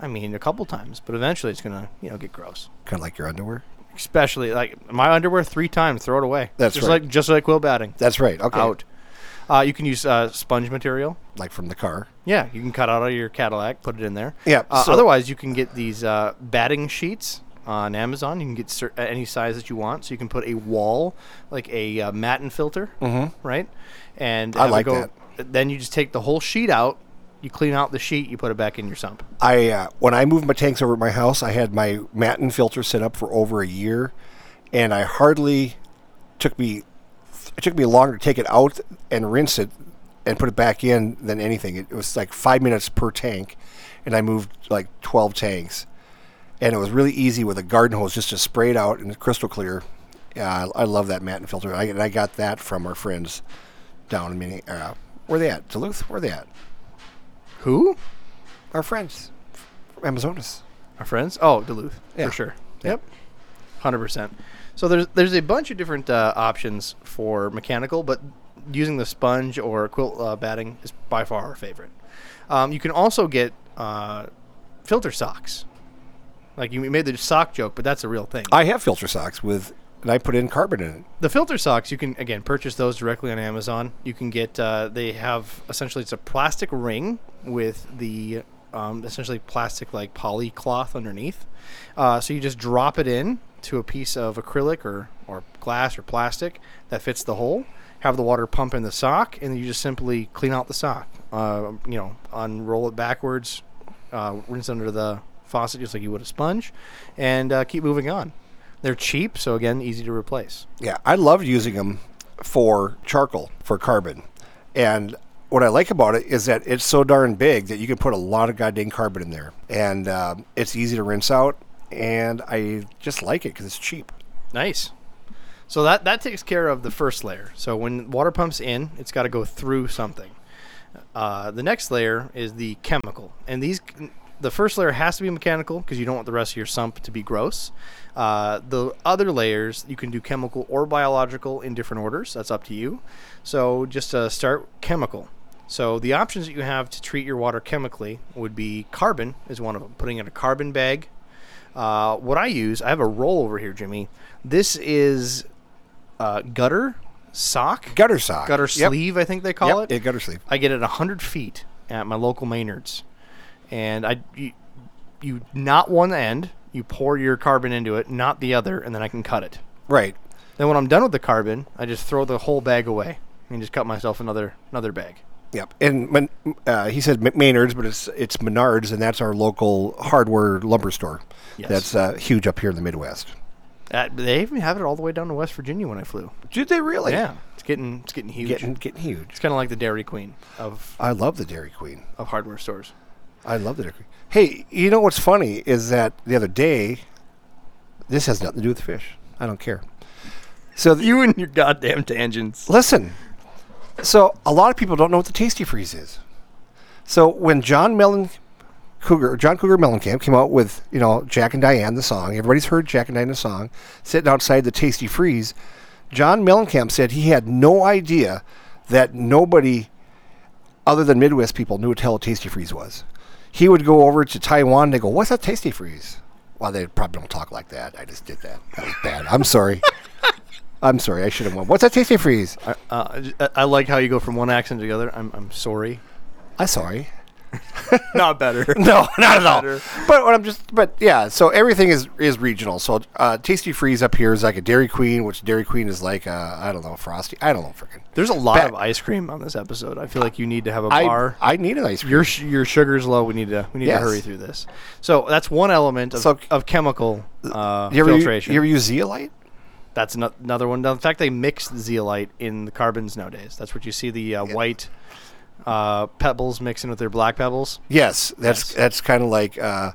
A: I mean, a couple times, but eventually it's gonna you know get gross.
C: kind of like your underwear.
A: Especially like my underwear three times, throw it away.
C: That's
A: just
C: right.
A: like just like quilt batting.
C: That's right. Okay.
A: out. Uh, you can use uh, sponge material.
C: Like from the car.
A: Yeah, you can cut out of your Cadillac, put it in there.
C: Yeah,
A: Uh,
C: so-
A: otherwise, you can get these uh, batting sheets on Amazon. You can get cer- uh, any size that you want, so you can put a wall like a uh, matin filter, right? And
C: Mm-hmm. I
A: have it
C: like
A: Then you just take the whole sheet out. You clean out the sheet. You put it back in your sump.
C: I uh, when I moved my tanks over at my house, I had my Matin filter set up for over a year, and I hardly took me it took me longer to take it out and rinse it and put it back in than anything. It, was like five minutes per tank, and I moved like twelve tanks, and it was really easy with a garden hose just to spray it out and it's crystal clear. Yeah, I, I love that Matin filter. I, and I got that from our friends down in Minne- uh, where they at Duluth. Where they at?
A: Who?
C: Our friends from Amazonas.
A: Our friends? Oh, Duluth
C: Yeah.
A: for sure.
C: Yeah.
A: Yep, hundred percent. So there's there's a bunch of different uh, options for mechanical, but using the sponge or quilt uh, batting is by far our favorite. Um, you can also get uh, filter socks. Like you made the sock joke, but that's a real thing.
C: I have filter socks with, and I put in carbon in it.
A: the filter socks you can again purchase those directly on amazon you can get uh, they have essentially it's a plastic ring with the um, essentially plastic like poly cloth underneath uh, so you just drop it in to a piece of acrylic or, or glass or plastic that fits the hole have the water pump in the sock and you just simply clean out the sock uh, you know unroll it backwards uh, rinse under the faucet just like you would a sponge and uh, keep moving on they're cheap so again easy to replace
C: Yeah, I love using them for charcoal, for carbon. And what I like about it is that it's so darn big that you can put a lot of goddamn carbon in there. And um, it's easy to rinse out. And I just like it because it's cheap.
A: Nice. So that that takes care of the first layer. So when water pumps in, it's got to go through something. Uh, the next layer is the chemical, and these the first layer has to be mechanical because you don't want the rest of your sump to be gross. Uh, the other layers you can do chemical or biological in different orders. That's up to you. So just uh, start chemical. So the options that you have to treat your water chemically would be carbon is one of them. Putting in a carbon bag, uh, what I use, I have a roll over here, Jimmy. This is uh, gutter sock,
C: Gutter sock.
A: gutter
C: Yep,
A: sleeve, I think they
C: Yep.
A: call it.
C: yeah, gutter sleeve.
A: I get it 100 feet at my local Maynard's. And I, you, you knot one end, you pour your carbon into it, not the other, and then I can cut it.
C: Right.
A: Then when I'm done with the carbon, I just throw the whole bag away and just cut myself another another bag.
C: Yep. And Min- uh, he said Maynard's, but it's it's Menards, and that's our local hardware lumber store.
A: Yes.
C: That's uh, huge up here in the Midwest.
A: Uh, they even have it all the way down to West Virginia when I flew.
C: Did they really?
A: Yeah, it's getting it's getting huge.
C: Getting, getting huge.
A: it's kind of like the Dairy Queen of
C: I love the Dairy Queen.
A: of hardware stores.
C: I love the degree. Hey, you know what's funny is that the other day, this has nothing to do with fish. I don't care. So th-
A: You and your goddamn tangents.
C: listen. So a lot of people don't know what the Tasty Freeze is. So when John Mellon Cougar, John Cougar Mellencamp came out with you know Jack and Diane the song, everybody's heard Jack and Diane the song. Sitting outside the Tasty Freeze, John Mellencamp said he had no idea that nobody other than Midwest people knew what the hell a Tasty Freeze was. He would go over to Taiwan. They go, "What's a Tasty Freeze?" Well, they probably don't talk like that. I just did that. That was bad. I'm sorry. I'm sorry. I should have went. What's a Tasty Freeze?
A: Uh, I, I like how you go from one accent to the other. I'm, I'm sorry. [laughs]
C: I'm sorry.
A: Not better. [laughs]
C: No, not at all.
A: Better.
C: But what I'm just, but yeah. So everything is is regional. So uh, Tasty Freeze up here is like a Dairy Queen, which Dairy Queen is like I I don't know Frosty. I don't know freaking.
A: There's a lot
C: Ba-
A: of ice cream on this episode. I feel like you need to have a
C: I
A: bar.
C: I need an ice cream.
A: your sh- your sugar's low. We need to we need
C: Yes.
A: to hurry through this. So that's one element of,
C: So-
A: of chemical uh,
C: You ever,
A: filtration.
C: you ever use zeolite?
A: that's ano- another one. In fact, they mix zeolite in the carbons nowadays. That's what you see the uh, white uh, pebbles mixing with their black pebbles.
C: Yes, that's
A: Yes.
C: that's kind of like uh,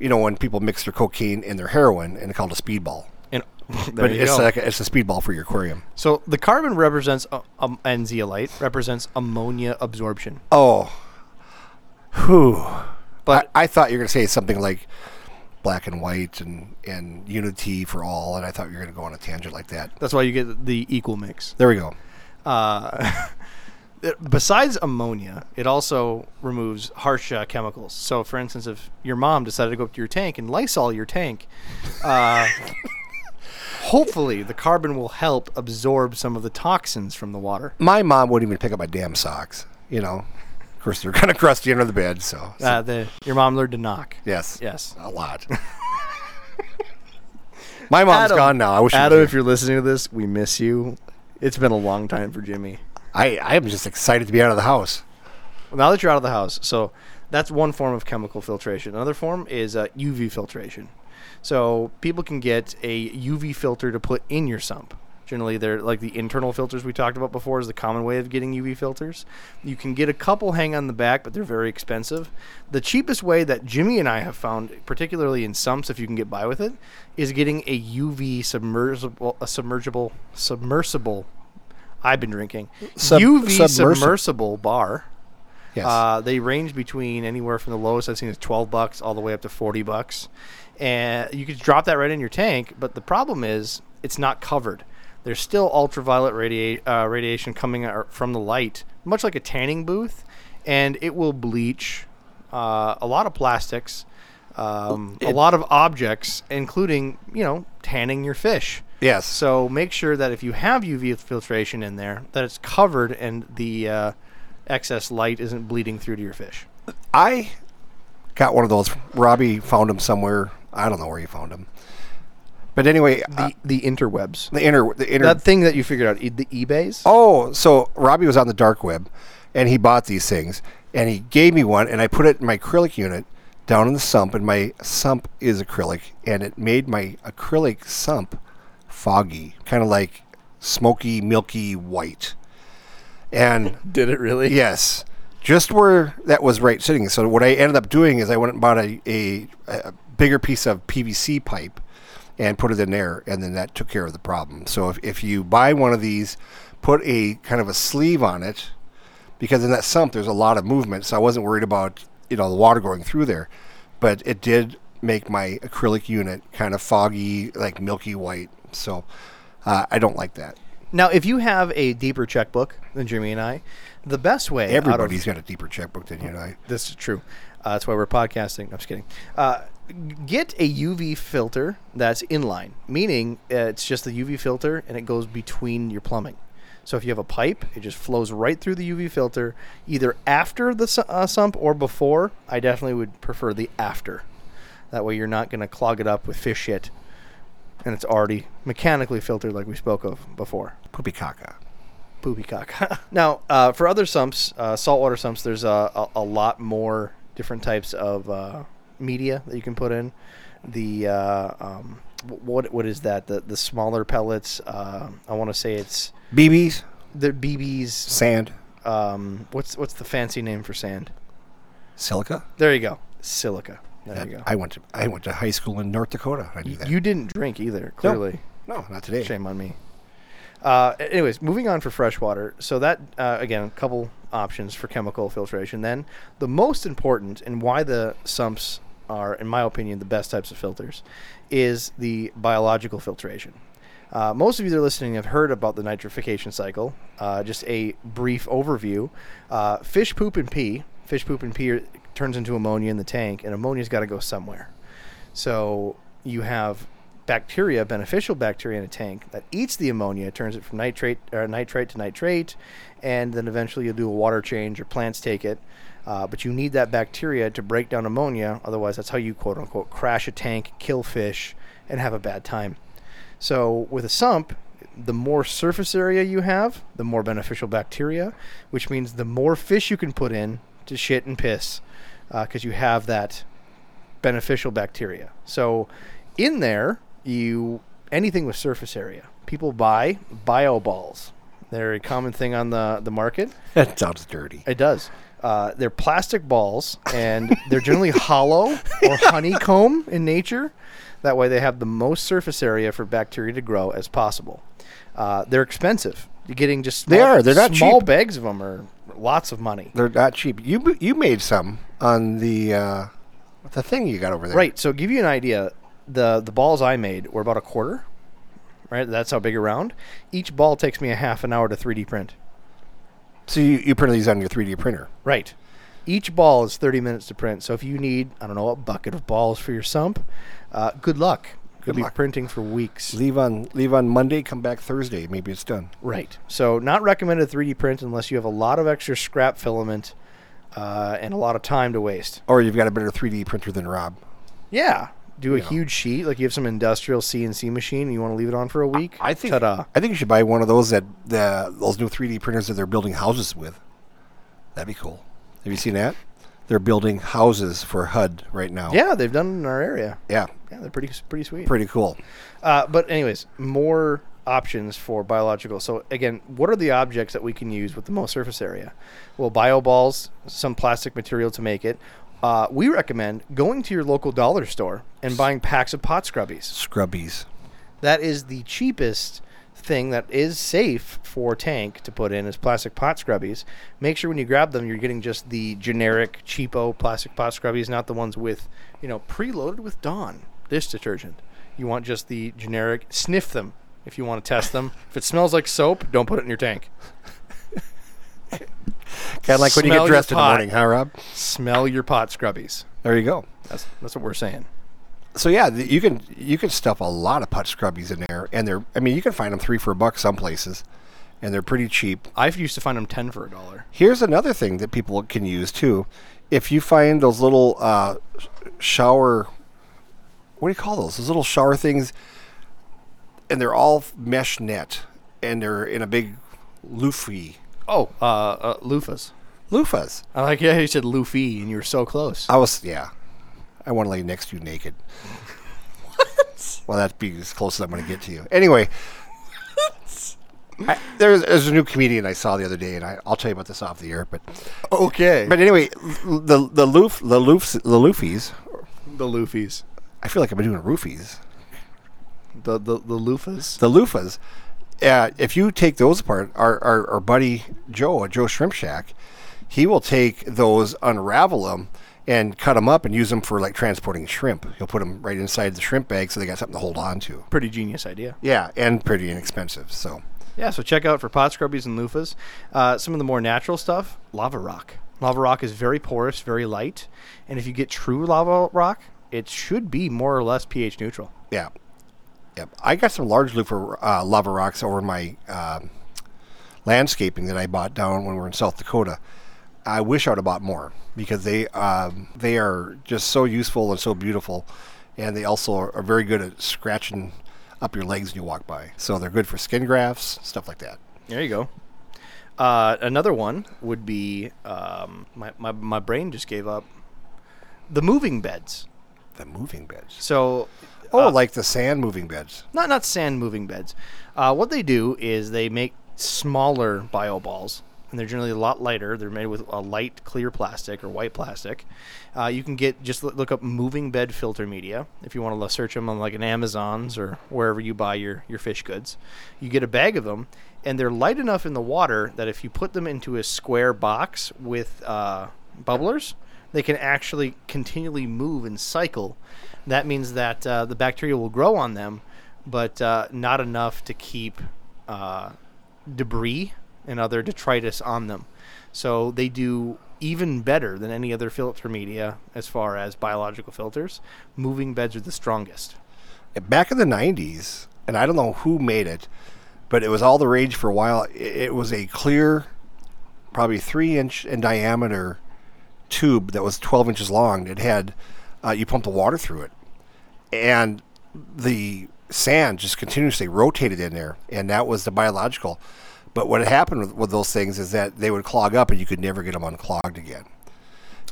C: you know when people mix their cocaine and their heroin and they call it a speedball.
A: And [laughs] there
C: But
A: you
C: it's
A: go.
C: like a, it's a speedball for your aquarium.
A: so the carbon represents uh, um, and zeolite represents ammonia absorption.
C: Oh, whew.
A: But-
C: But I, I thought you were going to say something like black and white and, and unity for all, and I thought you were going to go on a tangent like that.
A: That's why you get the equal mix.
C: There we go.
A: uh, besides ammonia, it also removes harsh uh, chemicals. So, for instance, if your mom decided to go up to your tank and Lysol your tank, uh, hopefully the carbon will help absorb some of the toxins from the water.
C: My mom wouldn't even pick up my damn socks, you know. Of course, they're [laughs] kind of crusty under the bed, so. so-
A: Uh, the, your mom learned to knock.
C: yes.
A: Yes.
C: A lot. [laughs] my mom's
A: Adam-
C: gone now. I wish she was
A: Adam,
C: here.
A: if you're listening to this, we miss you. It's been a long time for Jimmy.
C: I, I am just excited to be out of the house.
A: Well, now that you're out of the house, so that's one form of chemical filtration. Another form is uh, UV filtration. So people can get a UV filter to put in your sump. Generally, they're like the internal filters we talked about before is the common way of getting UV filters. You can get a couple hang on the back, but they're very expensive. The cheapest way that Jimmy and I have found, particularly in sumps, if you can get by with it, is getting a UV submersible, a submergible, submersible. I've been drinking
C: Sub-
A: UV
C: submersi-
A: submersible bar.
C: Yes.
A: Uh, they range between anywhere from the lowest I've seen is 12 bucks all the way up to 40 bucks. And you could drop that right in your tank, but the problem is it's not covered. There's still ultraviolet radia- uh, radiation coming out from the light, much like a tanning booth, and it will bleach uh, a lot of plastics, um, a lot of objects, including you know tanning your fish.
C: Yes.
A: So make sure that if you have UV filtration in there, that it's covered and the uh, excess light isn't bleeding through to your fish.
C: I got one of those. Robbie found them somewhere. I don't know where he found them. But anyway, the, uh,
A: the interwebs.
C: the inner the inner
A: That thing that you figured out, e- the eBays.
C: Oh, so Robbie was on the dark web, and he bought these things, and he gave me one, and I put it in my acrylic unit down in the sump, and my sump is acrylic, and it made my acrylic sump foggy, kind of like smoky, milky white. And
A: Did it really?
C: Yes, just where that was right sitting. So what I ended up doing is I went and bought a, a, a bigger piece of PVC pipe and put it in there, and then that took care of the problem. So if, if you buy one of these, put a kind of a sleeve on it, because in that sump there's a lot of movement. So I wasn't worried about you know the water going through there, but it did make my acrylic unit kind of foggy, like milky white. So uh, I don't like that.
A: Now, if you have a deeper checkbook than Jimmy and I, the best way out of
C: Everybody's got a deeper checkbook than you and I.
A: This is true. Uh, that's why we're podcasting. I'm just kidding. Uh, g- get a UV filter that's inline, meaning uh, it's just the UV filter and it goes between your plumbing. So if you have a pipe, it just flows right through the UV filter, either after the su- uh, sump or before. I definitely would prefer the after. That way you're not going to clog it up with fish shit and it's already mechanically filtered like we spoke of before
C: Poopy caca.
A: poopy cock. [laughs] now, uh, for other sumps, uh, saltwater sumps, there's a, a, a lot more different types of uh, media that you can put in. The uh, um, wh- what what is that? The the smaller pellets. Uh, I want to say it's
C: BBs,
A: the BBs.
C: sand,
A: Um, what's what's the fancy name for sand?
C: silica.
A: There you go, silica. There you go.
C: I went to I went to high school in North Dakota. I knew that.
A: you didn't drink either, clearly.
C: no, not today.
A: Shame on me. Uh, anyways, moving on for freshwater. So that uh, again, a couple options for chemical filtration. Then the most important and why the sumps are, in my opinion, the best types of filters, is the biological filtration. Uh, most of you that are listening have heard about the nitrification cycle. Uh, just a brief overview: uh, fish poop and pee. Fish poop and pee are, turns into ammonia in the tank, and ammonia's got to go somewhere. So you have bacteria, beneficial bacteria in a tank that eats the ammonia, turns it from nitrate or nitrite to nitrate, and then eventually you'll do a water change or plants take it. Uh, but you need that bacteria to break down ammonia, otherwise that's how you quote unquote crash a tank, kill fish, and have a bad time. So with a sump, the more surface area you have, the more beneficial bacteria, which means the more fish you can put in to shit and piss, because you have that beneficial bacteria. So in there, you anything with surface area. People buy bio balls. They're a common thing on the, the market.
C: [laughs] That sounds dirty.
A: It does. Uh, they're plastic balls,
C: [laughs]
A: and they're generally hollow or honeycomb in nature. That way, they have the most surface area for bacteria to grow as possible. Uh, they're expensive. You're getting just small,
C: They are. They're not
A: small
C: cheap.
A: bags of them are lots of money.
C: They're not cheap. You b- you made some on the uh, the thing you got over there.
A: Right. So give you an idea, the the balls I made were about a quarter. Right. That's how big a round. Each ball takes me a half an hour to 3D print.
C: So you, you printed these on your 3D printer.
A: Right. Each ball is 30 minutes to print. So if you need, I don't know, a bucket of balls for your sump, uh, good luck. You'll
C: Good
A: be
C: luck.
A: printing for weeks.
C: Leave on leave on Monday. Come back Thursday. Maybe it's done.
A: Right. So not recommended 3D print unless you have a lot of extra scrap filament uh, and a lot of time to waste.
C: Or you've got a better 3D printer than Rob.
A: Yeah. Do a huge sheet like you have some industrial CNC machine and you want to leave it on for a week. Ta-da.
C: I think you should buy one of those that the those new 3D printers that they're building houses with. That'd be cool. Have you seen that? They're building houses for HUD right now.
A: Yeah, they've done it in our area.
C: Yeah.
A: Yeah, they're pretty pretty sweet.
C: Pretty cool.
A: Uh, but anyways, more options for biological. So again, what are the objects that we can use with the most surface area? Well, bio balls, some plastic material to make it. Uh, we recommend going to your local dollar store and buying packs of pot scrubbies.
C: Scrubbies.
A: That is the cheapest thing that is safe for tank to put in is plastic pot scrubbies. Make sure when you grab them, you're getting just the generic cheapo plastic pot scrubbies, not the ones with, you know, preloaded with Dawn dish detergent. You want just the generic. Sniff them. if you want to test them. if it smells like soap, don't put it in your tank.
C: Kind of like when you
A: Smell your
C: get dressed in the
A: pot.
C: morning, huh, Rob?
A: Smell your pot scrubbies.
C: There you go.
A: That's that's what we're saying.
C: So yeah, th- you can you can stuff a lot of putt scrubbies in there, and they're I mean you can find them three for a buck some places, and they're pretty cheap.
A: I used to find them ten for a dollar.
C: Here's another thing that people can use too, if you find those little uh, sh- shower, what do you call those? Those little shower things, and they're all mesh net, and they're in a big loofy
A: Oh, uh, uh, loofahs.
C: loofahs.
A: I like yeah, you said loofy, and you were so close.
C: I was yeah, I want to lay next to you naked. Well, that'd be as close as I'm going to get to you. Anyway, I, there's, there's a new comedian I saw the other day, and I, I'll tell you about this off the air. But
A: Okay,
C: but anyway, l- the the loof the loofs the loofies.
A: the loofies,
C: I feel like I've been doing roofies.
A: the the, the loofahs.
C: The loofahs. Uh, if you take those apart, our, our our buddy Joe at Joe Shrimp Shack, he will take those, unravel them, and cut them up, and use them for like transporting shrimp. He'll put them right inside the shrimp bag, so they got something to hold on to.
A: Pretty genius idea.
C: Yeah, and pretty inexpensive. So
A: Yeah, so check out for pot scrubbies and loofahs. Uh, some of the more natural stuff, lava rock. Lava rock is very porous, very light, and if you get true lava rock, it should be more or less pH neutral.
C: Yeah. Yep. I got some large loofah uh, lava rocks over my um landscaping that I bought down when we were in South Dakota. I wish I would have bought more because they um, they are just so useful and so beautiful, and they also are, are very good at scratching up your legs when you walk by. So they're good for skin grafts, stuff like that.
A: There you go. Uh, another one would be um, my, my my brain just gave up. The moving beds.
C: The moving beds.
A: So
C: Oh, like the sand moving beds.
A: not not sand moving beds. Uh, what they do is they make smaller bio balls, and they're generally a lot lighter. They're made with a light clear plastic or white plastic. Uh, you can get just loo- look up moving bed filter media if you want to search them on like an Amazon's or wherever you buy your your fish goods. You get a bag of them, and they're light enough in the water that if you put them into a square box with uh, bubblers, they can actually continually move and cycle. That means that uh, the bacteria will grow on them, but uh, not enough to keep uh, debris and other detritus on them. So they do even better than any other filter media as far as biological filters. Moving beds are the strongest.
C: back in the 90s and i don't know who made it but it was all the rage for a while I- it was a clear probably three inch in diameter tube that was 12 inches long it had uh, you pumped the water through it and the sand just continuously rotated in there and that was the biological but what happened with, with those things is that they would clog up and you could never get them unclogged again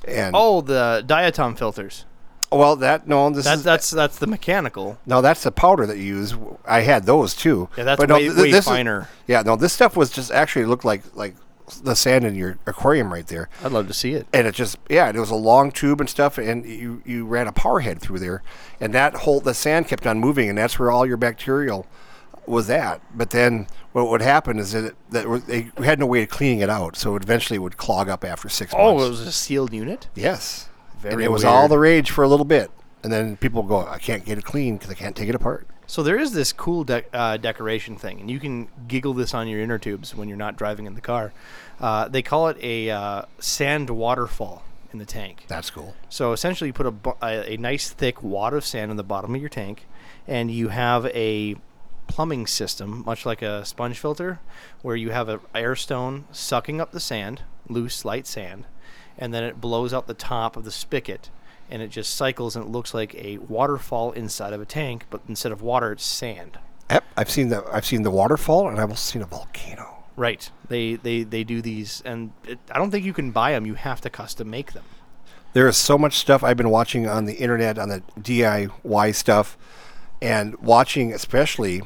C: and oh
A: Oh, the diatom filters.
C: well that no this
A: That,
C: is
A: that's that's the mechanical.
C: no, that's the powder that you use. I had those too.
A: Yeah, that's
C: no,
A: way-
C: th-
A: way
C: this is-
A: finer.
C: yeah, no, this stuff was just actually looked like like the sand in your aquarium right there,
A: I'd love to see it.
C: and it just yeah, it was a long tube and stuff, and you you ran a power head through there, and that whole the sand kept on moving, and that's where all your bacterial was at. But then what would happen is that it, that was- they had no way of cleaning it out, so it eventually would clog up after six months.
A: Oh, it was a sealed unit.
C: yes, and
A: Very
C: it was all
A: weird.
C: the rage for a little bit, and then people go, I can't get it clean because I can't take it apart.
A: So there is this cool dec uh, decoration thing, and you can giggle this on your inner tubes when you're not driving in the car. Uh, they call it a uh, sand waterfall in the tank.
C: That's cool.
A: So essentially, you put a, bu- a, a nice thick wad of sand in the bottom of your tank, and you have a plumbing system, much like a sponge filter, where you have an air stone sucking up the sand, loose, light sand, and then it blows out the top of the spigot, and it just cycles, and it looks like a waterfall inside of a tank, but instead of water, it's sand.
C: Yep, I've seen the I've seen the waterfall, and I've also seen a volcano.
A: Right. They they they do these, and it, I don't think you can buy them. You have to custom make them.
C: There is so much stuff I've been watching on the internet on the DIY stuff, and watching especially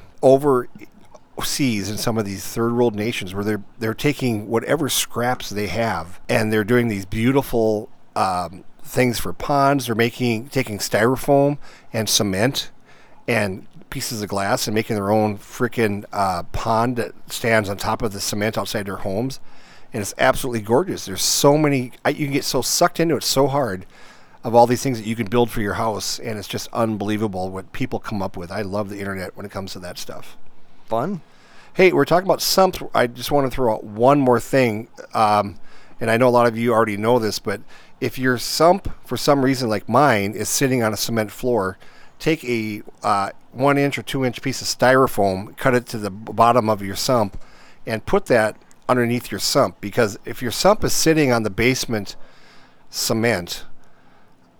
C: overseas in some of these third world nations where they're they're taking whatever scraps they have and they're doing these beautiful um, things for ponds. They're making taking styrofoam and cement and pieces of glass and making their own freaking uh, pond that stands on top of the cement outside their homes. And it's absolutely gorgeous. There's so many, I, you can get so sucked into it so hard of all these things that you can build for your house. And it's just unbelievable what people come up with. I love the internet when it comes to that stuff.
A: Fun.
C: Hey, we're talking about sumps. I just want to throw out one more thing. Um, and I know a lot of you already know this, but if your sump, for some reason like mine, is sitting on a cement floor, take a uh, one inch or two inch piece of styrofoam, cut it to the b- bottom of your sump, and put that underneath your sump. Because if your sump is sitting on the basement cement,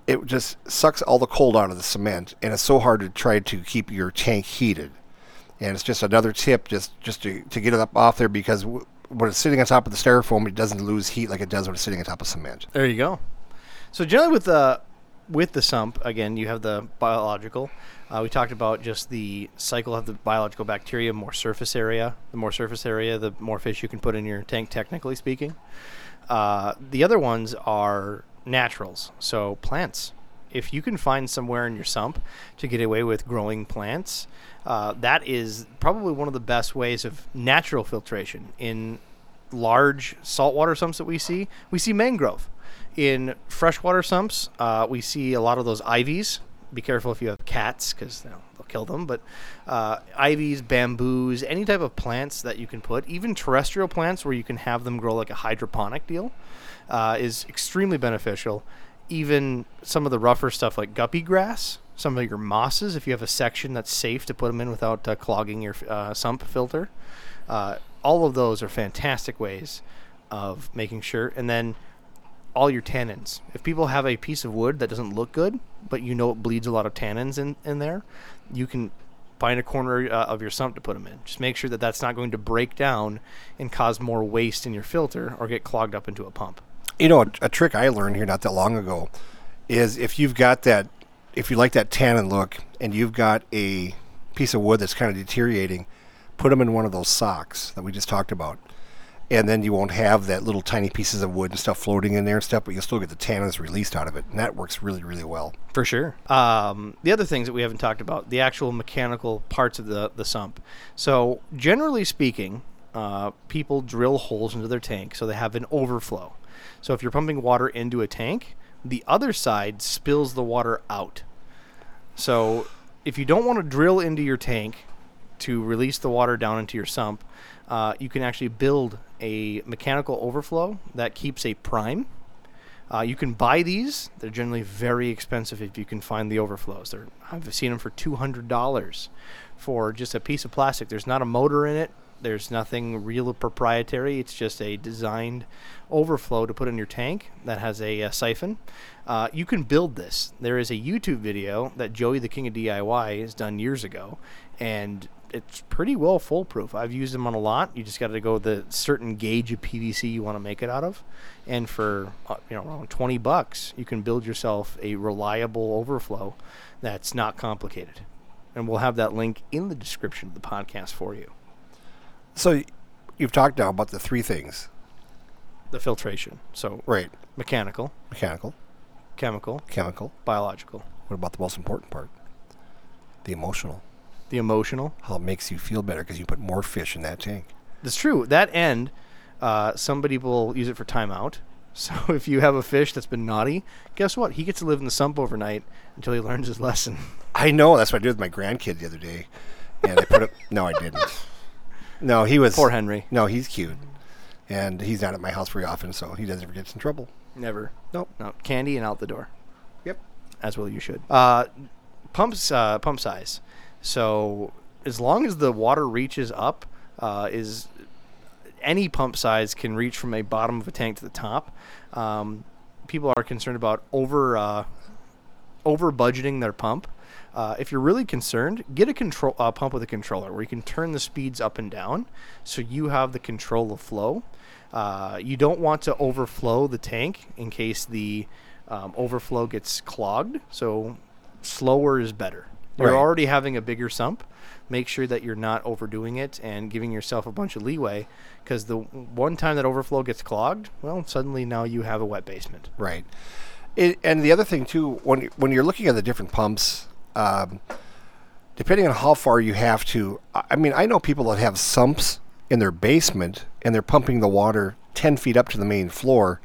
C: it just sucks all the cold out of the cement, and it's so hard to try to keep your tank heated and it's just another tip just just to, to get it up off there because w- when it's sitting on top of the styrofoam it doesn't lose heat like it does when it's sitting on top of cement
A: There you go. So generally with the with the sump, again, you have the biological. Uh, we talked about just the cycle of the biological bacteria, more surface area. The more surface area, the more fish you can put in your tank, technically speaking. Uh, the other ones are naturals, so plants. If you can find somewhere in your sump to get away with growing plants, uh, that is probably one of the best ways of natural filtration in large saltwater sumps that we see. We see mangrove. In freshwater sumps, uh, we see a lot of those ivies. Be careful if you have cats because you know, they'll kill them. But uh, ivies, bamboos, any type of plants that you can put, even terrestrial plants where you can have them grow like a hydroponic deal, uh, is extremely beneficial. Even some of the rougher stuff like guppy grass, some of your mosses, if you have a section that's safe to put them in without uh, clogging your uh, sump filter, uh, all of those are fantastic ways of making sure. And then all your tannins. If people have a piece of wood that doesn't look good, but you know it bleeds a lot of tannins in, in there, you can find a corner uh, of your sump to put them in. Just make sure that that's not going to break down and cause more waste in your filter or get clogged up into a pump.
C: you know a, a trick i learned here not that long ago is if you've got that if you like that tannin look and you've got a piece of wood that's kind of deteriorating put them in one of those socks that we just talked about and then you won't have that little tiny pieces of wood and stuff floating in there and stuff but you'll still get the tannins released out of it and that works really really well
A: For sure. Um, the other things that we haven't talked about, the actual mechanical parts of the, the sump. So, generally speaking, uh, people drill holes into their tank so they have an overflow. So, if you're pumping water into a tank, the other side spills the water out. So, if you don't want to drill into your tank to release the water down into your sump, uh, you can actually build a mechanical overflow that keeps a prime. Uh, you can buy these. They're generally very expensive if you can find the overflows. They're, I've seen them for $200 for just a piece of plastic. There's not a motor in it, there's nothing real or proprietary. It's just a designed overflow to put in your tank that has a, uh siphon. Uh, you can build this. There is a YouTube video that Joey, the King of DIY, has done years ago, and it's pretty well foolproof. I've used them on a lot. You just got to go with the certain gauge of PVC you want to make it out of, and for uh, you know around twenty bucks, you can build yourself a reliable overflow that's not complicated. And we'll have that link in the description of the podcast for you.
C: so y- you've talked now about the three things
A: The filtration, so
C: right
A: mechanical,
C: mechanical
A: chemical,
C: chemical
A: biological,
C: What about the most important part? The emotional.
A: the emotional,
C: How it makes you feel better because you put more fish in that tank.
A: That's true. That end, uh, some people use it for timeout. [laughs] So if you have a fish that's been naughty, guess what? He gets to live in the sump overnight until he [laughs] learns his lesson.
C: I know. That's what I did with my grandkid the other day, and I put it. No, I didn't. No, he was
A: Poor Henry.
C: No, he's cute, and he's not at my house very often, so he doesn't ever gets in trouble.
A: Never.
C: Nope.
A: No candy and out the door.
C: Yep.
A: as well you should. Uh, pumps uh, pump size. So as long as the water reaches up, uh, is any pump size can reach from a bottom of a tank to the top. Um, people are concerned about over uh, over budgeting their pump. Uh, if you're really concerned, get a control uh, pump with a controller where you can turn the speeds up and down, so you have the control of flow. Uh, you don't want to overflow the tank in case the um, overflow gets clogged. So slower is better. You're
C: Right.
A: already having a bigger sump. Make sure that you're not overdoing it and giving yourself a bunch of leeway because the w- one time that overflow gets clogged, well, suddenly now you have a wet basement.
C: Right. It, and the other thing too, when you- when you're looking at the different pumps, um, depending on how far you have to, I I mean, I know people that have sumps in their basement and they're pumping the water ten feet up to the main floor,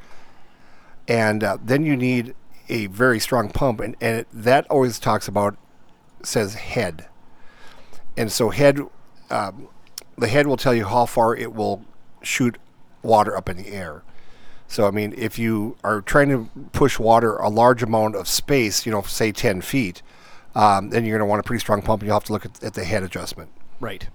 C: and uh, then you need a very strong pump, and and it, that always talks about says head, and so head. Um, the head will tell you how far it will shoot water up in the air. So I mean, if you are trying to push water a large amount of space, you know, say ten feet, um, then you're going to want a pretty strong pump, and you'll have to look at, at the head adjustment.
A: Right.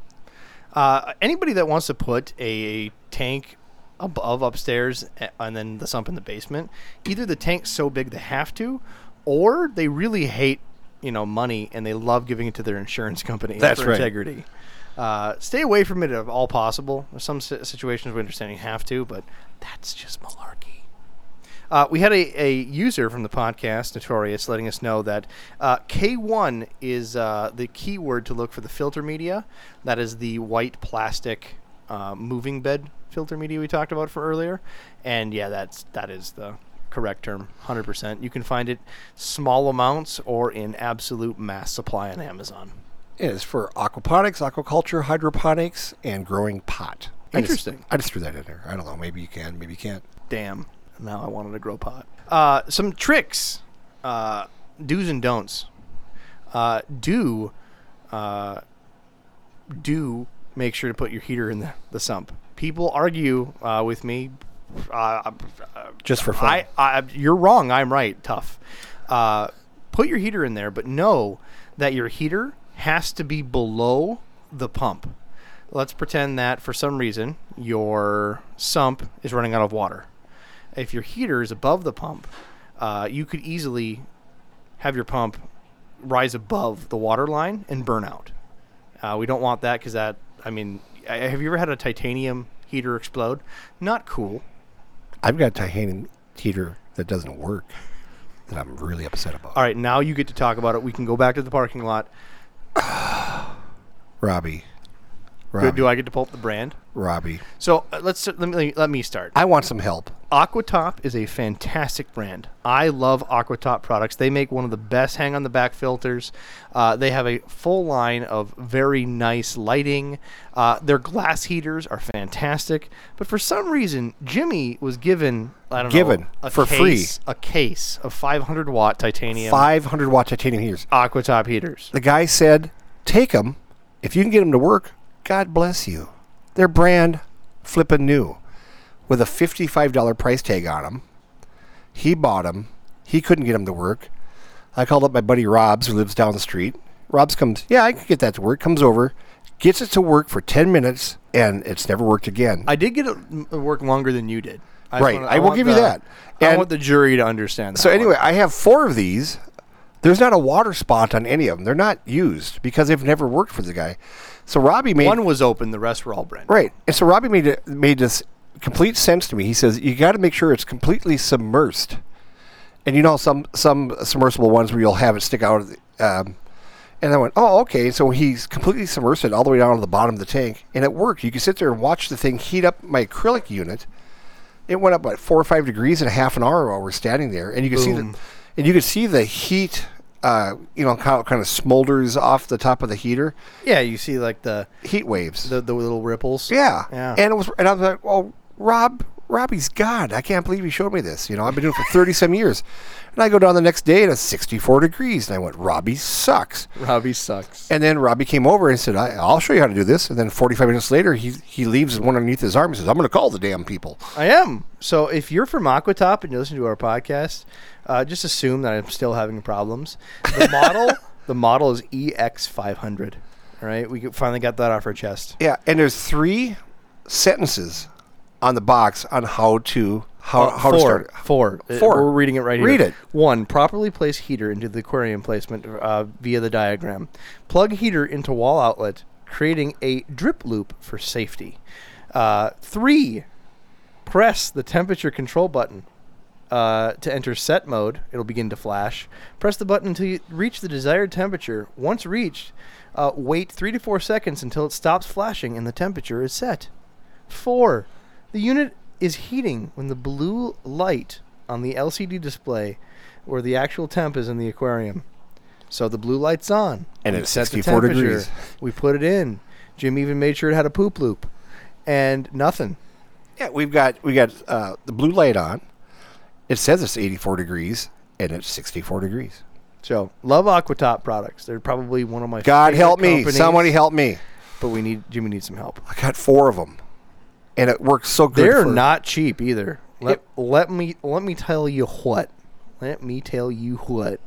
A: Uh, anybody that wants to put a tank above upstairs a- and then the sump in the basement, either the tank's so big they have to, or they really hate you know money and they love giving it to their insurance [laughs] company
C: That's
A: for
C: right.
A: integrity. Uh, stay away from it if all possible. There's some si- situations we understand you have to, but that's just malarkey. Uh, we had a, a user from the podcast, Notorious, letting us know that uh, K1 is uh, the keyword to look for the filter media. That is the white plastic uh, moving bed filter media we talked about for earlier. And yeah, that's that is the correct term, 100%. You can find it small amounts or in absolute mass supply on Amazon.
C: It is for aquaponics, aquaculture, hydroponics, and growing pot. I just-
A: Interesting.
C: I just threw that in there. I don't know. Maybe you can. Maybe you can't.
A: Damn, now I wanted to grow pot. Uh, some tricks, uh, do's and don'ts. Uh, do, uh, do make sure to put your heater in the, the sump. People argue uh, with me. Uh,
C: Just for fun.
A: I, I, you're wrong. I'm right. Tough. Uh, put your heater in there, but know that your heater has to be below the pump. Let's pretend that for some reason your sump is running out of water. If your heater is above the pump, uh, you could easily have your pump rise above the water line and burn out. Uh, we don't want that because that, I mean, I, have you ever had a titanium heater explode? Not cool.
C: I've got a titanium heater that doesn't work that I'm really upset about.
A: All right, now you get to talk about it. We can go back to the parking lot.
C: Robbie.
A: Do,
C: Robbie.
A: do I get to pull up the brand?
C: Robbie.
A: So uh, let's let me let me start.
C: I want some help.
A: Aquatop is a fantastic brand. I love Aquatop products. They make one of the best hang on the back filters. Uh, they have a full line of very nice lighting. Uh, their glass heaters are fantastic. But for some reason, Jimmy was given I don't know
C: Given
A: a
C: for free.
A: case, a case of 500 watt titanium
C: 500 watt titanium heaters.
A: Aquatop heaters.
C: The guy said, take them. If you can get them to work, God bless you. They're brand flippin' new with a $55 price tag on them. He bought them. He couldn't get them to work. I called up my buddy Robs, who lives down the street. Robs comes, yeah, I can get that to work. Comes over, gets it to work for 10 minutes, and it's never worked again.
A: I did get it m- work longer than you did. I just
C: Right, I will
A: want
C: give you
A: the-
C: that.
A: I
C: And-
A: want the jury to understand. That
C: So
A: one.
C: anyway, I have four of these. There's not a water spot on any of them. They're not used because they've never worked for the guy. So Robbie made
A: one was open, the rest were all brand. new.
C: right, and so Robbie made it, made this complete sense to me. He says you got to make sure it's completely submersed, and you know some some submersible ones where you'll have it stick out. Of the, um, and I went, oh okay. So he's completely submersed it all the way down to the bottom of the tank, and it worked. You could sit there and watch the thing heat up my acrylic unit. It went up like four or five degrees in a half an hour while we're standing there, and you could see
A: Boom.
C: the, and you could see the heat. Uh, you know, kind of, kind of smolders off the top of the heater,
A: Yeah, you see like the
C: heat waves.
A: the, the little ripples.
C: Yeah.
A: Yeah.
C: And it was, and I was like, well, Rob, Robbie's God. I can't believe he showed me this. You know, I've been doing it for 30 some years. And I go down the next day and it's 64 degrees. And I went, Robbie sucks.
A: Robbie sucks.
C: And then Robbie came over and said, I, I'll show you how to do this. And then 45 minutes later, he, he leaves one underneath his arm and says, I'm going to call the damn people.
A: I am. So if you're from Aquatop and you listen to our podcast, uh, just assume that I'm still having problems. The
C: [laughs]
A: model, the model is E EX500. All right, we finally got that off our chest.
C: Yeah. And there's three sentences on the box on how to, how,
A: Uh, four,
C: how to start it.
A: Four. Uh,
C: Four.
A: We're reading it right
C: Read
A: here.
C: it.
A: One, properly place heater into the aquarium placement uh, via the diagram. Plug heater into wall outlet, creating a drip loop for safety. Uh, three, press the temperature control button. Uh, to enter set mode, it'll begin to flash. Press the button until you reach the desired temperature. Once reached, uh, wait three to four seconds until it stops flashing and the temperature is set. Four, the unit is heating when the blue light on the LCD display where the actual temp is in the aquarium. So the blue light's on.
C: And
A: We
C: it's
A: set the
C: 64
A: temperature.
C: degrees.
A: We put it in. Jim even made sure it had a poop loop. And nothing.
C: Yeah, we've got we got uh, the blue light on. It says it's 84 degrees, and it's 64 degrees.
A: So love Aquatop products. They're probably one of my
C: God
A: favorite
C: help me!
A: companies.
C: Somebody help me!
A: but we need Jimmy needs some help.
C: I got four of them, and it works so good.
A: They're
C: for-
A: not cheap either. Let,
C: Yep.
A: let me let me tell you what. Let me tell you what.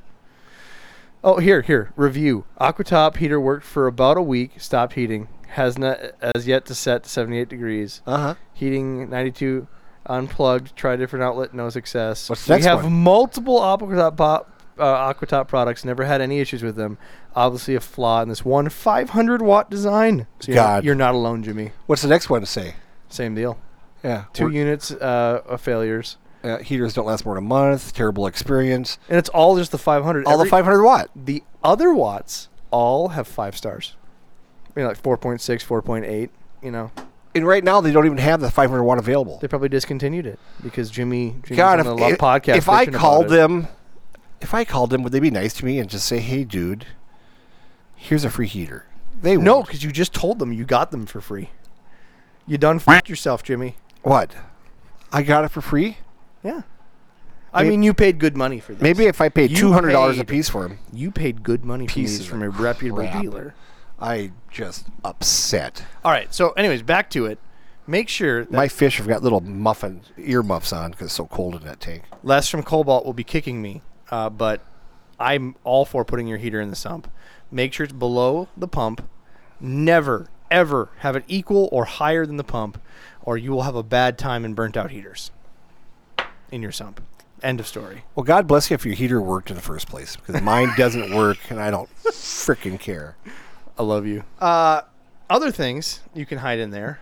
A: Oh, here, here. Review. Aquatop heater worked for about a week. Stopped heating. Has not as yet to set to 78 degrees.
C: Uh-huh.
A: Heating 92. Unplugged. Try different outlet. No success.
C: What's
A: we
C: next
A: have
C: one?
A: multiple Aquatop pop. Uh, Aquatop products never had any issues with them. Obviously, a flaw in this one 500 watt design. So you're not-
C: God.
A: you're not alone, Jimmy.
C: What's the next one to say?
A: Same deal.
C: Yeah,
A: Two
C: we're-
A: units uh, of failures.
C: uh, heaters don't last more than a month. Terrible experience.
A: And it's all just the 500.
C: All
A: Every-
C: the 500 watt.
A: The other watts all have five stars. You know, like 4.6, 4.8. You know,
C: And right now they don't even have the 500 watt available.
A: they probably discontinued it because Jimmy. Jimmy's
C: God,
A: on
C: if,
A: the lo-
C: if-
A: podcast
C: if I
A: bitching about
C: called
A: it.
C: them, if I called them, would they be nice to me and just say, "Hey, dude, here's a free heater"? They would.
A: no, because you just told them you got them for free. You done fucked yourself, Jimmy.
C: What? I got it for free.
A: Yeah. I
C: May-
A: mean, you paid good money for this.
C: Maybe if I paid
A: You
C: two hundred dollars a
A: paid-
C: piece for them,
A: you paid good money for these
C: Pieces
A: from a
C: of
A: reputable
C: crap.
A: dealer.
C: I just upset.
A: All right. So, anyways, back to it. Make sure that
C: My fish have got little muffin earmuffs on because it's so cold in that tank.
A: Les from Cobalt will be kicking me, uh, but I'm all for putting your heater in the sump. Make sure it's below the pump. Never, ever have it equal or higher than the pump, or you will have a bad time in burnt out heaters in your sump. End of story.
C: Well, God bless you if your heater worked in the first place because mine [laughs] doesn't work and I don't freaking care.
A: I love you. Uh, other things you can hide in there.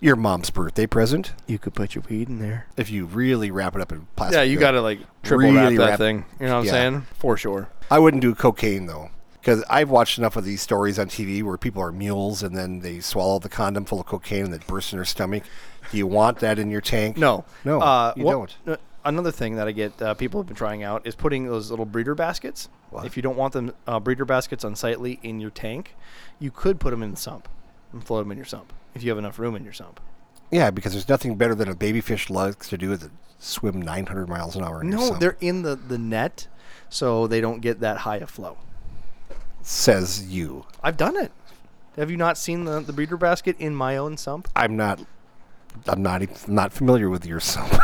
C: Your mom's birthday present,
A: You could put your weed in there.
C: if you really wrap it up in plastic.
A: Yeah, you
C: film.
A: got to like triple wrap
C: Really
A: that
C: wrap-
A: thing. You know what I'm
C: yeah.
A: saying? For sure.
C: I wouldn't do cocaine though, because I've watched enough of these stories on TV where people are mules and then they swallow the condom full of cocaine and it bursts in their stomach. Do you want that in your tank?
A: No,
C: no,
A: Uh,
C: you
A: what-
C: don't.
A: uh, Another thing that I get uh, people have been trying out is putting those little breeder baskets.
C: What?
A: If you don't want them uh, breeder baskets unsightly in your tank, you could put them in the sump and float them in your sump if you have enough room in your sump.
C: Yeah, because there's nothing better than a baby fish likes to do is swim 900 miles an hour. in your
A: No,
C: sump.
A: they're in the the net, so they don't get that high a flow.
C: says you.
A: I've done it. Have you not seen the, the breeder basket in my own sump?
C: I'm not. I'm not. even- I'm not familiar with your sump.
A: [laughs]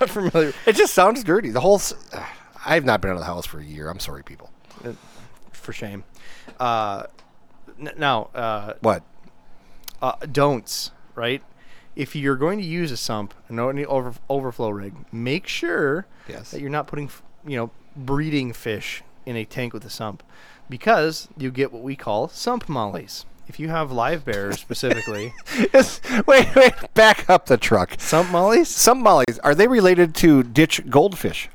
A: not familiar.
C: [laughs] it just sounds dirty. The whole. s- [sighs] I've not been out of the house for a year. I'm sorry, people.
A: Uh, [laughs] For shame. Uh, n- now, uh,
C: What? [laughs]
A: uh, don'ts, right? If you're going to use a sump and any over, overflow rig, make sure
C: Yes.
A: that you're not putting, f- you know, breeding fish in a tank with a sump, because you get what we call sump mollies. If you have live bears specifically,
C: wait, wait. Back up the truck.
A: sump mollies,
C: Some mollies are they related to ditch goldfish?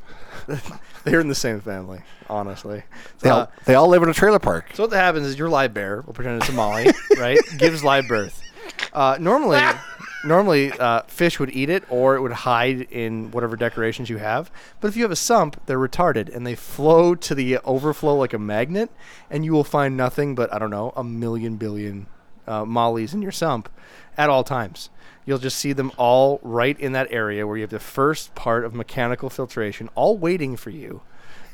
A: they're in the same family, honestly.
C: They all,
A: Uh,
C: they all live in a trailer park.
A: So what that happens is your live bear, we'll pretend it's a molly, right? Gives live birth. Uh, normally, normally uh, fish would eat it, or it would hide in whatever decorations you have. But if you have a sump, they're retarded and they flow to the overflow like a magnet, and you will find nothing but I don't know a million billion uh, mollies in your sump at all times. You'll just see them all right in that area where you have the first part of mechanical filtration, all waiting for you.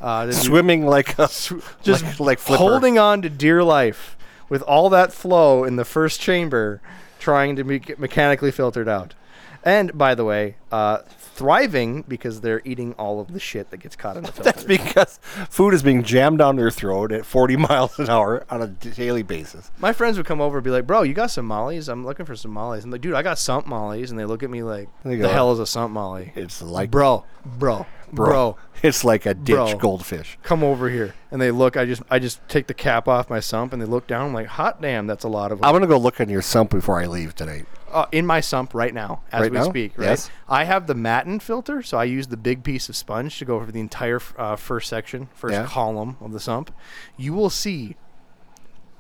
A: Uh, to do-
C: Swimming like a
A: just
C: like,
A: like,
C: like flipper.
A: holding on to dear life with all that flow in the first chamber, trying to be mechanically filtered out. And by the way, uh, thriving because they're eating all of the shit that gets caught
C: [laughs]
A: in the filter.
C: [laughs] because food is being jammed down their throat at 40 [laughs] miles an hour on a daily basis.
A: My friends would come over and be like, "Bro, you got some mollies? I'm looking for some mollies." I'm like, "Dude, I got sump mollies," and they look at me like,
C: They
A: "The
C: go,
A: hell is a sump molly?"
C: It's like
A: bro, bro, bro,
C: It's like a ditch
A: Bro.
C: goldfish.
A: come over here. And they look. I just, I just take the cap off my sump, and they look down. I'm like, "Hot damn, that's a lot of." 'em."
C: I'm gonna go look on your sump before I leave tonight. [laughs]
A: uh, in my sump right now as
C: Right
A: we
C: now?
A: speak. Right?
C: Yes.
A: I have the Matin filter, so I use the big piece of sponge to go over the entire f- uh, first section, first
C: Yeah.
A: column of the sump. You will see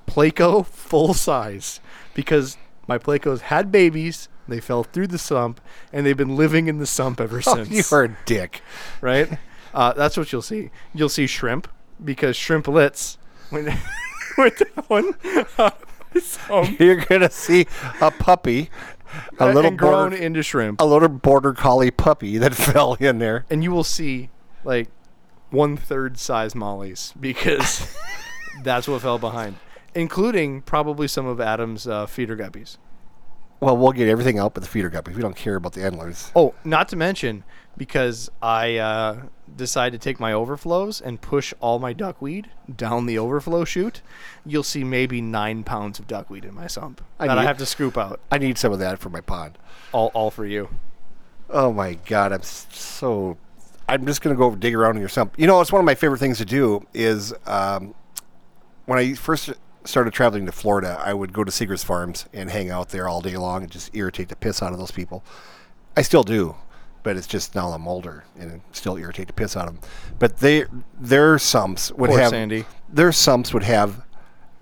A: Placo full size because my Placos had babies. They fell through the sump, and they've been living in the sump ever
C: [laughs] Oh,
A: since
C: you are a dick.
A: right? Uh, that's what you'll see. You'll see shrimp because shrimplets [laughs] went, went down. on the sump
C: You're gonna see a puppy, [laughs] a little
A: and grown
C: border,
A: into shrimp,
C: a little border collie puppy that [laughs] fell in there.
A: and you will see like [laughs] one third size mollies because that's what fell behind. including probably some of Adam's uh, feeder guppies.
C: Well, we'll get everything out but the feeder guppies. We don't care about the antlers.
A: Oh, not to mention because I uh, decided to take my overflows and push all my duckweed down the overflow chute, you'll see maybe nine pounds of duckweed in my sump
C: I
A: that I
C: need-
A: have to scoop out.
C: I need some of that for my pond.
A: All, all for you.
C: Oh my god, I'm s- so. I'm just gonna go dig around in your sump. You know, it's one of my favorite things to do. Is um, when I first started traveling to Florida, I would go to Seeger's Farms and hang out there all day long and just irritate the piss out of those people. I still do, but it's just now I'm older and I still irritate the piss out of them. But they their sumps would
A: Poor
C: have
A: Sandy.
C: their sumps would have.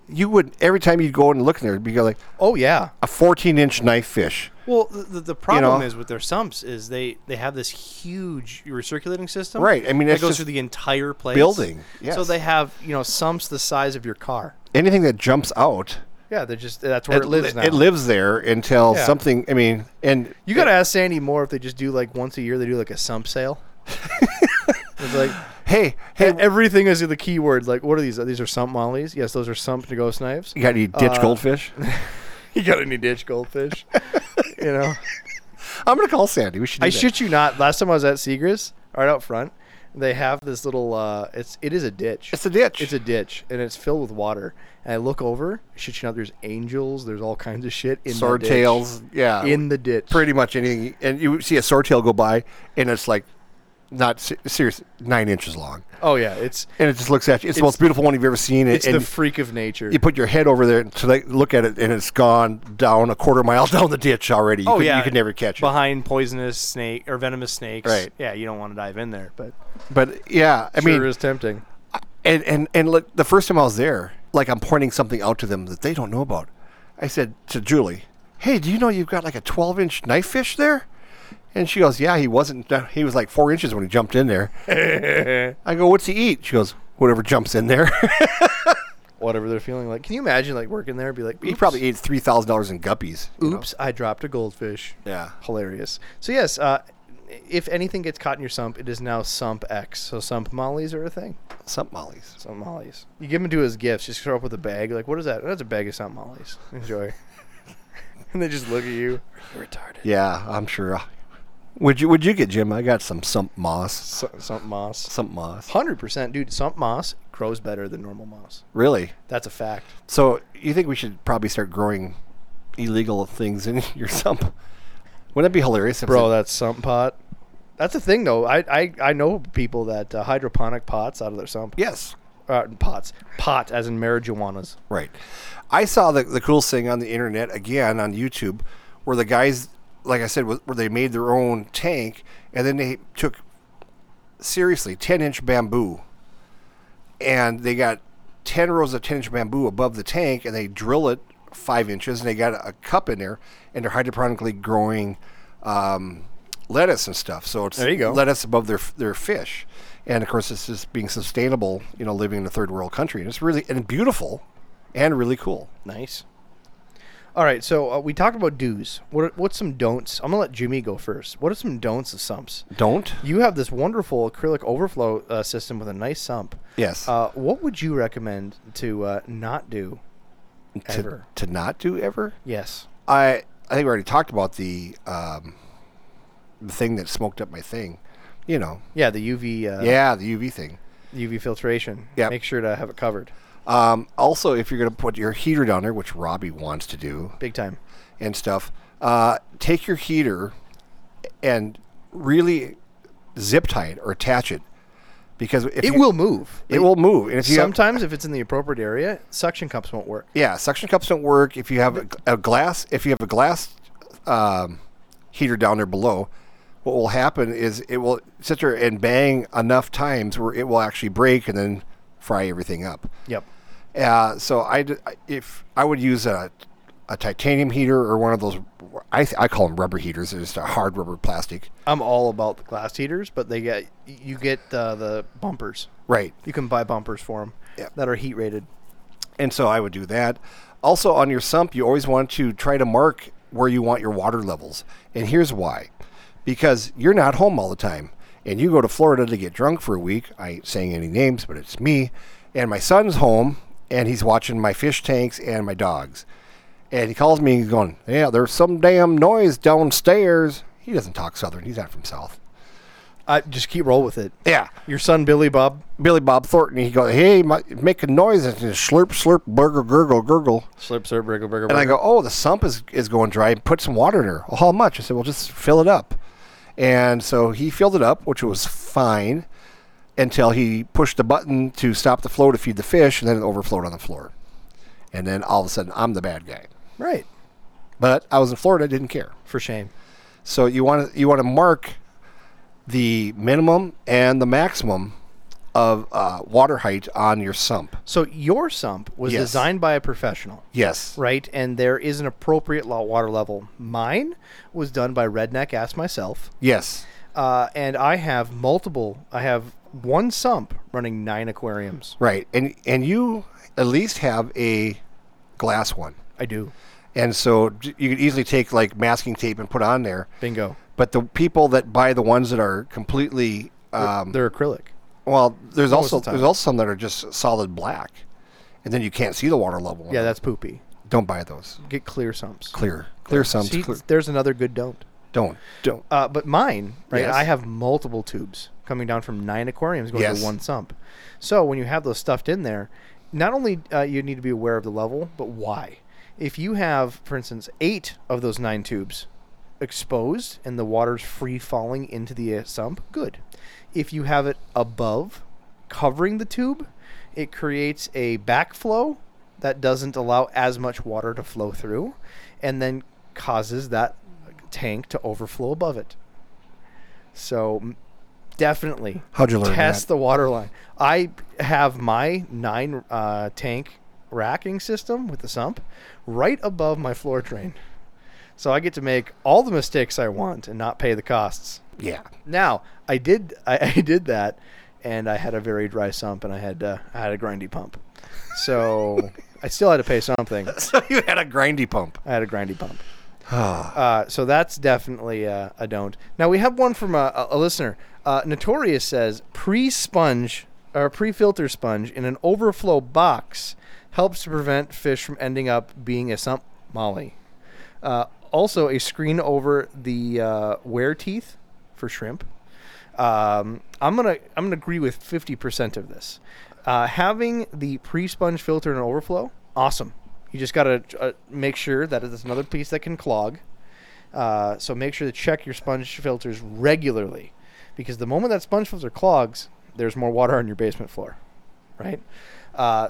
C: You would every time you'd go in and look in there, it'd be like
A: Oh yeah.
C: a 14 inch knife fish.
A: Well, the, the, the problem
C: know?
A: is with their sumps is they, they have this huge recirculating system.
C: Right, I mean,
A: that
C: it's
A: goes
C: just
A: through the entire place
C: building,
A: So
C: yes.
A: they have you know sumps the size of your car.
C: Anything that jumps out
A: Yeah, they're just that's where it,
C: li-
A: lives now.
C: It lives there until
A: Yeah.
C: something. I mean, and
A: You gotta ask Sandy more if they just do like once a year they do like a sump
C: [laughs]
A: sale. it's like
C: uh, hey, hey,
A: hey, everything is the keyword. Like what are these? These are sump mollies. Yes, those are sump to ghost knives.
C: you got any ditch
A: uh,
C: goldfish?
A: [laughs] you got any ditch
C: [laughs]
A: goldfish? you know,
C: I'm gonna call Sandy. We should. Do
A: I
C: that.
A: shit you not. Last time I was at Seagrass, right out front, they have this little. Uh, it's it is a ditch.
C: It's a ditch.
A: It's a ditch, and it's filled with water. And I look over, shit you not. There's angels. There's all kinds of shit in the ditch.
C: swordtails. Yeah,
A: in the ditch.
C: pretty much anything. And you see a swordtail go by, and it's like not se- serious, nine inches long,
A: Oh yeah, it's
C: and it just looks at you. It's, the
A: It's-
C: most beautiful one you've ever seen. and-
A: it's
C: and
A: the freak of nature.
C: you put your head over there to like, look at it, and it's gone down a quarter mile [laughs] down the ditch already. You
A: Oh
C: could,
A: yeah,
C: you could never catch it.
A: behind poisonous snake or venomous snakes.
C: Right.
A: Yeah, you don't want to dive in there, but
C: But yeah, I
A: sure
C: mean,
A: is tempting.
C: And and and look, the first time I was there, like I'm pointing something out to them that they don't know about. I said to Julie, "Hey, do you know you've got like a 12 inch knife fish there?" And she goes, "Yeah, he wasn't. uh, He was like four inches when he jumped in there." I go, "What's he eat?" She goes, "Whatever jumps in there." [laughs]
A: Whatever they're feeling like. Can you imagine like working there and be like,
C: he
A: "Oops,
C: probably ate three thousand dollars in guppies. you know?
A: oops, I dropped a goldfish.
C: Yeah.
A: Hilarious. So yes, uh, if anything gets caught in your sump, it is now sump X. So sump mollies are a thing.
C: Sump mollies.
A: Sump mollies. You give them to his gifts. Just show up with a bag. Like, what is that? That's a bag of sump mollies. Enjoy. [laughs] and they just look at you. Retarded.
C: Yeah, I'm sure. Would you Would you get Jim? I got some sump moss.
A: Sump, sump moss.
C: Sump moss.
A: Hundred percent, dude. Sump moss grows better than normal moss.
C: Really?
A: That's a fact.
C: So you think we should probably start growing illegal things in [laughs] your sump? Wouldn't that be hilarious, if
A: Bro,
C: it-
A: that sump pot. That's a thing, though. I I, I know people that uh, hydroponic pots out of their sump.
C: yes,
A: Uh, pots. Pot, as in marijuanas.
C: right. I saw the the coolest thing on the internet again on YouTube, where the guys, like I said, was, where they made their own tank, and then they took seriously ten inch bamboo, and they got ten rows of ten inch bamboo above the tank, and they drill it five inches, and they got a cup in there, and they're hydroponically growing. Um, lettuce and stuff so it's
A: There you go.
C: lettuce above their their fish and of course it's just being sustainable you know living in a third world country and it's really and beautiful and really cool
A: Nice. All right, so uh, we talked about do's. What are, what's some don'ts? I'm gonna let Jimmy go first. What are some don'ts of sumps?
C: don't
A: You have this wonderful acrylic overflow uh, system with a nice sump.
C: yes
A: Uh, what would you recommend to uh, not do?
C: to,
A: ever.
C: to not do ever
A: Yes.
C: i i think we already talked about the um the thing that smoked up my thing you know
A: Yeah, the UV. Uh,
C: yeah the uv thing
A: UV filtration.
C: Yep.
A: Make sure to have it covered.
C: um also if you're gonna put your heater down there which robbie wants to do
A: Big time.
C: and stuff uh take your heater and really zip tie it or attach it because if
A: It
C: you-
A: will move.
C: it will move and if you have-
A: Sometimes if it's in the appropriate area, suction cups won't work.
C: Yeah, suction cups don't work if you have a, a glass. If you have a glass um, heater down there below, what will happen is it will sit there and bang enough times where it will actually break and then fry everything up.
A: Yep.
C: Uh, so I d- I- if I would use a a titanium heater or one of those I th- I call them rubber heaters. They're just a hard rubber plastic.
A: I'm all about the glass heaters, but they get you get uh, the bumpers.
C: Right.
A: You can buy bumpers for them
C: Yep.
A: that are heat rated.
C: And so I would do that. Also, on your sump, you always want to try to mark where you want your water levels. And here's why because you're not home all the time. And you go to Florida to get drunk for a week. I ain't saying any names, but it's me. And my son's home and he's watching my fish tanks and my dogs. And he calls me and he's going, Yeah, there's some damn noise downstairs. He doesn't talk Southern. He's not from South.
A: I just keep roll with it.
C: Yeah.
A: Your son Billy Bob.
C: Billy Bob Thornton, he goes, Hey, my, make a noise. And it's slurp, slurp, burgle, gurgle, gurgle.
A: Slurp, slurp, burgle, burgle.
C: And I go, oh, the sump is, is going dry. Put some water in her. Well, how much? I said, well, just fill it up. And so he filled it up, which was fine, until he pushed the button to stop the flow to feed the fish, and then it overflowed on the floor. And then all of a sudden, I'm the bad guy.
A: Right.
C: But I was in Florida, I didn't care.
A: For shame.
C: So you want to you want to mark the minimum and the maximum of uh, water height on your sump.
A: So your sump was
C: Yes.
A: designed by a professional.
C: Yes.
A: right? And there is an appropriate lo- water level. Mine was done by Redneck Ass Myself,
C: Yes.
A: uh, and I have multiple. I have one sump running nine aquariums.
C: Right. And and you at least have a glass one.
A: I do.
C: And so j- you could easily take like masking tape and put on there.
A: Bingo.
C: But the people that buy the ones that are completely um,
A: They're acrylic.
C: well, there's also
A: the time.
C: there's also some that are just solid black, and then you can't see the water level. on
A: Yeah,
C: them.
A: that's poopy.
C: don't buy those.
A: Get clear sumps.
C: Clear, clear sums.
A: See,
C: clear.
A: there's another good don't.
C: Don't don't.
A: Uh, but mine, right?
C: Yes.
A: I have multiple tubes coming down from nine aquariums going
C: Yes.
A: to one sump. So when you have those stuffed in there, not only uh, you need to be aware of the level, but why? If you have, for instance, eight of those nine tubes exposed and the water's free falling into the uh, sump, good. If you have it above, covering the tube, it creates a backflow that doesn't allow as much water to flow through and then causes that tank to overflow above it. So m- definitely
C: How'd you learn
A: test
C: that?
A: the water line. I have my nine uh, tank racking system with the sump right above my floor drain. So I get to make all the mistakes I want and not pay the costs.
C: yeah. [laughs]
A: Now I did [laughs] I, I did that, and I had a very dry sump, and I had uh, I had a grindy pump, so I still had to pay something.
C: So you had a grindy pump.
A: I had a grindy pump. uh, so that's definitely uh, a don't. Now we have one from a, a listener. Uh, Notorious says pre-sponge or pre-filter sponge in an overflow box helps to prevent fish from ending up being a sump molly. Uh, also, a screen over the uh, wear teeth for shrimp. Um, I'm gonna I'm gonna agree with 50% of this. Uh, having the pre-sponge filter and overflow, awesome. You just gotta uh, make sure that it's another piece that can clog. Uh, so make sure to check your sponge filters regularly, because the moment that sponge filter clogs, there's more water on your basement floor, right? Uh,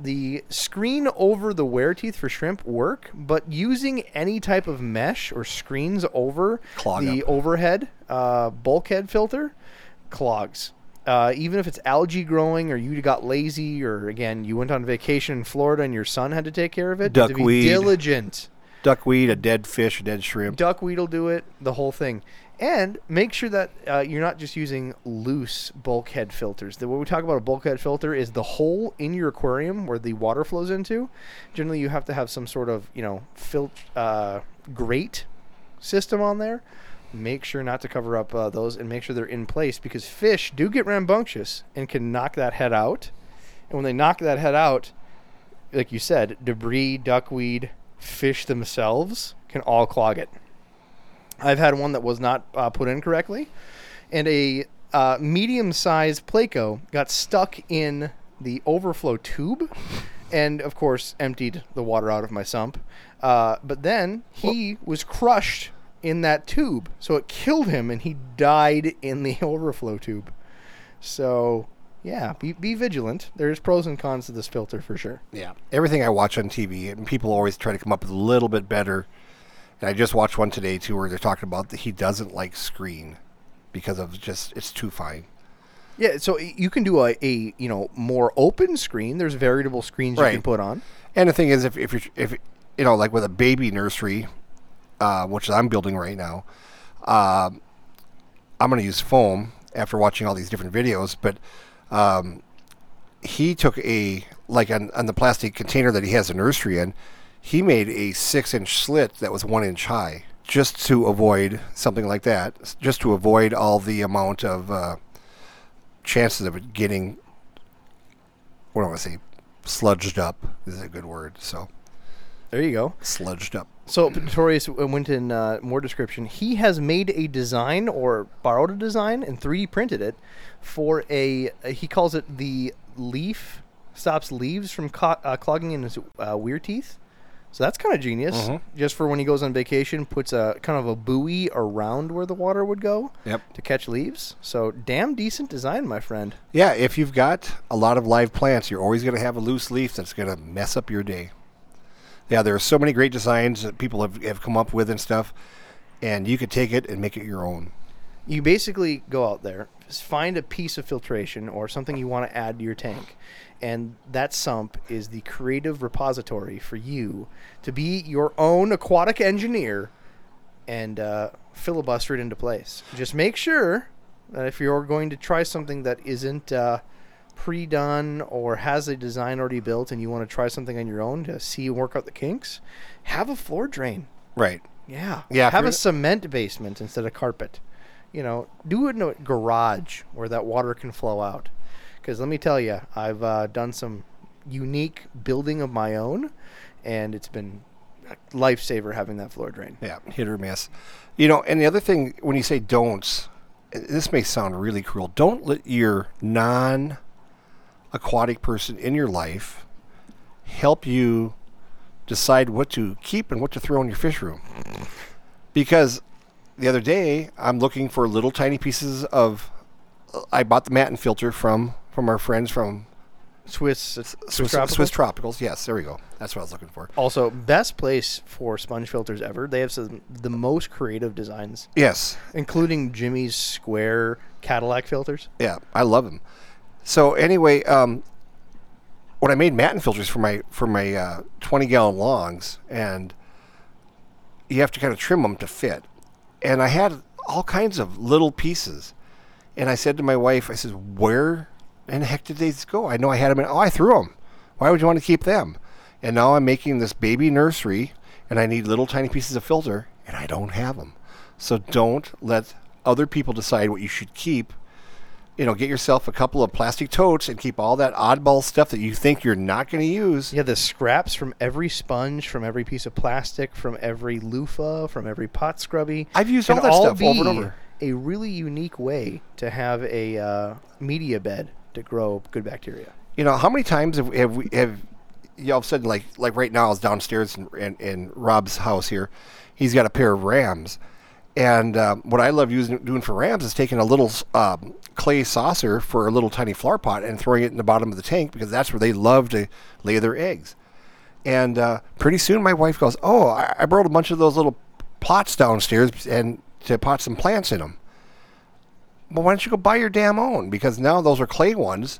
A: the screen over the wear teeth for shrimp work, but using any type of mesh or screens over
C: Clog
A: the
C: up.
A: overhead uh, bulkhead filter clogs. Uh, even if it's algae growing, or you got lazy, or again you went on vacation in Florida and your son had to take care of it, you have to be
C: Duckweed.
A: diligent.
C: Duckweed, a dead fish, a dead shrimp.
A: Duckweed will do it, the whole thing. And make sure that uh, you're not just using loose bulkhead filters. The, when we talk about a bulkhead filter, is the hole in your aquarium where the water flows into. Generally, you have to have some sort of you know fil- uh, grate system on there. Make sure not to cover up uh, those and make sure they're in place because fish do get rambunctious and can knock that head out. And when they knock that head out, like you said, debris, duckweed, fish themselves can all clog it. I've had one that was not uh, put in correctly, and a uh, medium-sized placo got stuck in the overflow tube, and of course emptied the water out of my sump. Uh, but then he was crushed in that tube, so it killed him, and he died in the [laughs] overflow tube. So yeah, be, be vigilant. There's pros and cons to this filter for sure.
C: Yeah. Everything I watch on TV, and people always try to come up with a little bit better. And I just watched one today too, where they're talking about that he doesn't like screen because of just it's too fine.
A: Yeah, so y- you can do a, a you know more open screen. There's variable screens you can
C: Right.
A: put on.
C: And the thing is, if if you're if you know, like with a baby nursery, uh, which I'm building right now, um I'm going to use foam after watching all these different videos. But um, he took a like on, on the plastic container that he has a nursery in, he made a six inch slit that was one inch high just to avoid something like that, s- just to avoid all the amount of uh, chances of it getting. What do I want to say? sludged up is a good word. So
A: There you go.
C: sludged up.
A: So Pretorius went in uh, more description. He has made a design or borrowed a design and 3D printed it for a. uh, He calls it the leaf stops leaves from co- uh, clogging in his uh, weird teeth. So that's kind of genius. Just for when he goes on vacation, puts a kind of a buoy around where the water would go
C: Yep.
A: to catch leaves. So damn decent design, my friend.
C: Yeah, if you've got a lot of live plants, you're always going to have a loose leaf that's going to mess up your day. Yeah, there are so many great designs that people have, have come up with and stuff, and you could take it and make it your own.
A: you basically go out there s- find a piece of filtration or something you want to add to your tank and that sump is the creative repository for you to be your own aquatic engineer and uh, filibuster it into place just make sure that if you're going to try something that isn't uh, pre-done or has a design already built and you want to try something on your own to see and work out the kinks have a floor drain
C: Right.
A: yeah.
C: Yeah, if
A: Have a
C: you're-
A: cement basement instead of carpet. You know, do it in a garage where that water can flow out. Because let me tell you, I've uh, done some unique building of my own, and it's been a lifesaver having that floor drain.
C: Yeah, hit or miss. You know, and the other thing when you say don'ts, and this may sound really cruel. Don't let your non aquatic person in your life help you decide what to keep and what to throw in your fish room. Because the other day, I'm looking for little tiny pieces of. I bought the Matin filter from from our friends from
A: Swiss, uh,
C: Swiss,
A: Tropical?
C: Swiss Tropicals. Yes, there we go. That's what I was looking for.
A: Also, best place for sponge filters ever. They have some the most creative designs,
C: Yes,
A: including Jimmy's square Cadillac filters.
C: Yeah, I love them. So anyway, um, when I made matin filters for my for my uh, twenty gallon longs, and you have to kind of trim them to fit, and I had all kinds of little pieces, and I said to my wife, I says, "Where in the heck did these go? I know I had them, and oh, I threw them. Why would you want to keep them?" And now I'm making this baby nursery, and I need little tiny pieces of filter, and I don't have them. So don't let other people decide what you should keep you know, get yourself a couple of plastic totes and keep all that oddball stuff that you think you're not going to use.
A: Yeah, the scraps from every sponge, from every piece of plastic, from every loofah, from every pot scrubby.
C: I've used
A: can
C: all that stuff over
A: be
C: and over.
A: A really unique way to have a uh, media bed to grow good bacteria. [laughs]
C: You know, how many times have, have we have y'all said like like right now I was downstairs in, in, in Rob's house here. He's got a pair of rams, and um, what I love using doing for rams is taking a little um, clay saucer for a little tiny flower pot and throwing it in the bottom of the tank because that's where they love to lay their eggs. And uh, pretty soon, my wife goes, "Oh, I, I brought a bunch of those little pots downstairs and to pot some plants in them." Well, why don't you go buy your damn own? Because now those are clay ones,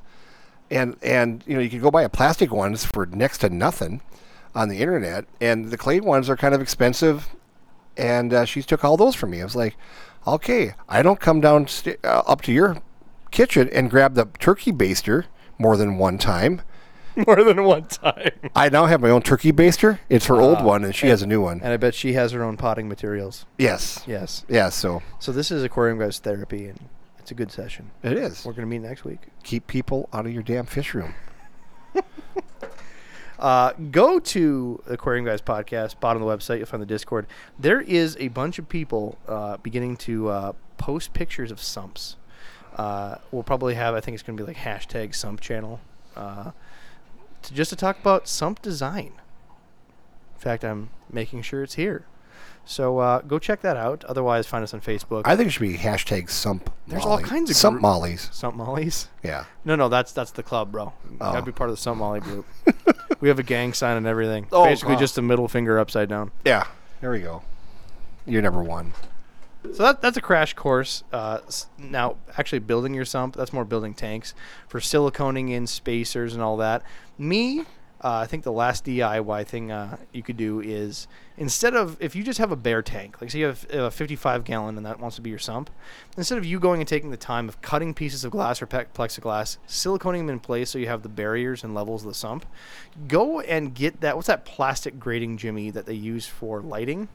C: and and you know you can go buy a plastic ones for next to nothing on the internet, and the clay ones are kind of expensive. And uh, she took all those from me. I was like, "Okay, I don't come down st- uh, up to your kitchen and grab the turkey baster more than one time."
A: More than one time.
C: I now have my own turkey baster. It's her old one, and she has a new one.
A: Ah. And I bet she has her own potting materials.
C: yes. Yeah.
A: Yes.
C: So
A: So this is Aquarium Guys therapy, and it's a good session.
C: it is.
A: We're going to meet next week.
C: Keep people out of your damn fish room.
A: Uh, go to Aquarium Guys podcast, bottom of the website, you'll find the Discord. There is a bunch of people uh, beginning to uh, post pictures of sumps. Uh, we'll probably have, I think it's going to be like hashtag sump channel, uh, to, just to talk about sump design. In fact, I'm making sure it's here. So uh, go check that out. Otherwise, find us on Facebook.
C: I think it should be hashtag sump.
A: There's all
C: molly.
A: kinds of
C: sump
A: group-
C: mollies.
A: sump mollies.
C: Yeah.
A: No, no, that's that's the club, bro. Gotta be part of the Sump Molly group. [laughs] we have a gang sign and everything.
C: Oh,
A: Basically,
C: God.
A: just a middle finger upside down.
C: Yeah. There we go. You're number one.
A: So that, that's a crash course. Uh, s- now, actually, building your sump, that's more building tanks for siliconing in spacers and all that. Me, uh, I think the last DIY thing uh, you could do is instead of, if you just have a bare tank, like say you have a 55 gallon and that wants to be your sump, instead of you going and taking the time of cutting pieces of glass or pe- plexiglass, siliconing them in place so you have the barriers and levels of the sump, go and get that, what's that plastic grating, Jimmy, that they use for lighting?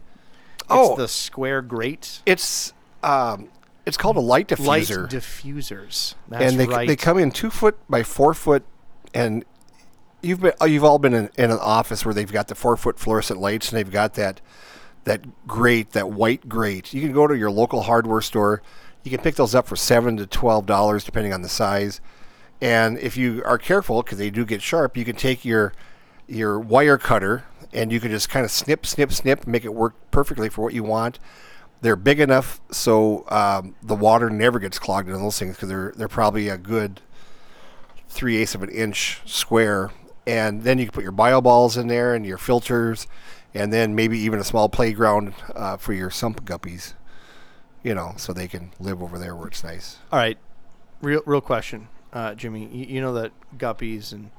C: Oh.
A: It's the square grate
C: It's um, it's called a light diffuser,
A: light diffusers. That's
C: and they
A: right.
C: they come in two foot by four foot, and you've been oh, you've all been in, in an office where they've got the four foot fluorescent lights and they've got that that grate that white grate. You can go to your local hardware store. You can pick those up for seven to twelve dollars depending on the size. And if you are careful, because they do get sharp, you can take your your wire cutter and you can just kind of snip, snip, snip, make it work perfectly for what you want. They're big enough so um, the water never gets clogged in those things because they're they're probably a good three eighths of an inch square. And then you can put your bio balls in there and your filters, and then maybe even a small playground uh, for your sump guppies, you know, so they can live over there where it's nice.
A: All right, real real question, uh, Jimmy. You, you know that guppies and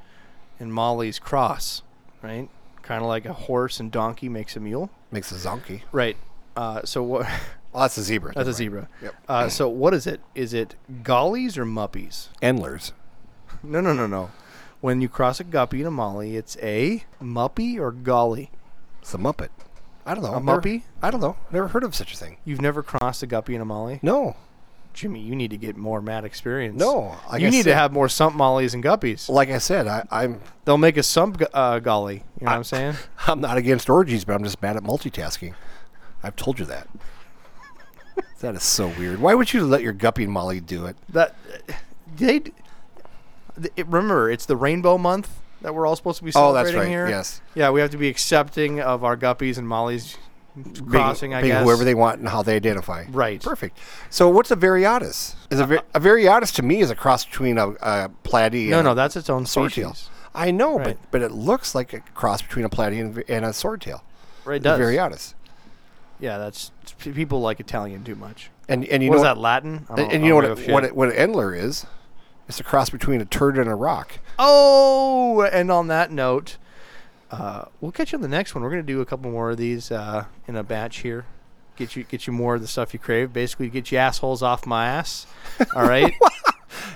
A: and Molly's cross, right? Kind of like a horse and donkey makes a mule,
C: Makes a zonkey.
A: right? Uh, so [laughs] what?
C: Well, that's a zebra.
A: That's a
C: never mind.
A: zebra.
C: Yep.
A: Uh, so what is it? Is it gollies or muppies?
C: Endlers.
A: No, no, no, no. When you cross a guppy and a molly, it's a muppy or golly.
C: It's a muppet. I don't know.
A: A
C: Never-
A: muppy?
C: I don't know. Never heard of such a thing.
A: You've never crossed a guppy and a molly,
C: No.
A: Jimmy. You need to get more mad experience.
C: No, like
A: you
C: I
A: need to
C: said-
A: have more sump mollies and guppies.
C: Like I said, I, I'm
A: They'll make a sump gu- uh, golly. You know what I'm
C: [laughs]
A: saying?
C: I'm not against orgies, but I'm just bad at multitasking. I've told
A: [laughs]
C: you that. that is so weird. Why would you let your guppy and Molly do it?
A: That they d- th- it- remember it's the rainbow month that we're all supposed to be
C: Oh,
A: celebrating
C: that's right,
A: here.
C: yes.
A: Yeah, we have to be accepting of our guppies and mollies crossing.
C: being,
A: I
C: being
A: guess
C: whoever they want and how they identify.
A: Right.
C: Perfect. So what's a variatus? Is a, var- a variatus to me is a cross between a, a platy.
A: No,
C: and
A: no,
C: a
A: that's its own
C: swordtail.
A: species.
C: I know,
A: Right.
C: but but it looks like a cross between a platy and, and a swordtail.
A: Right, it
C: The
A: does.
C: Variatus.
A: Yeah, that's p- people like Italian too much.
C: And and you
A: What
C: know
A: is that Latin? I
C: And,
A: don't-
C: and
A: I
C: you know
A: don't
C: what
A: give a
C: it,
A: shit.
C: what it, what an endler is? It's a cross between a turd and a rock.
A: Oh, and on that note, uh, we'll catch you on the next one. We're gonna do a couple more of these uh, in a batch here. Get you get you more of the stuff you crave. Basically, get you assholes off my
C: [laughs]
A: ass. All right.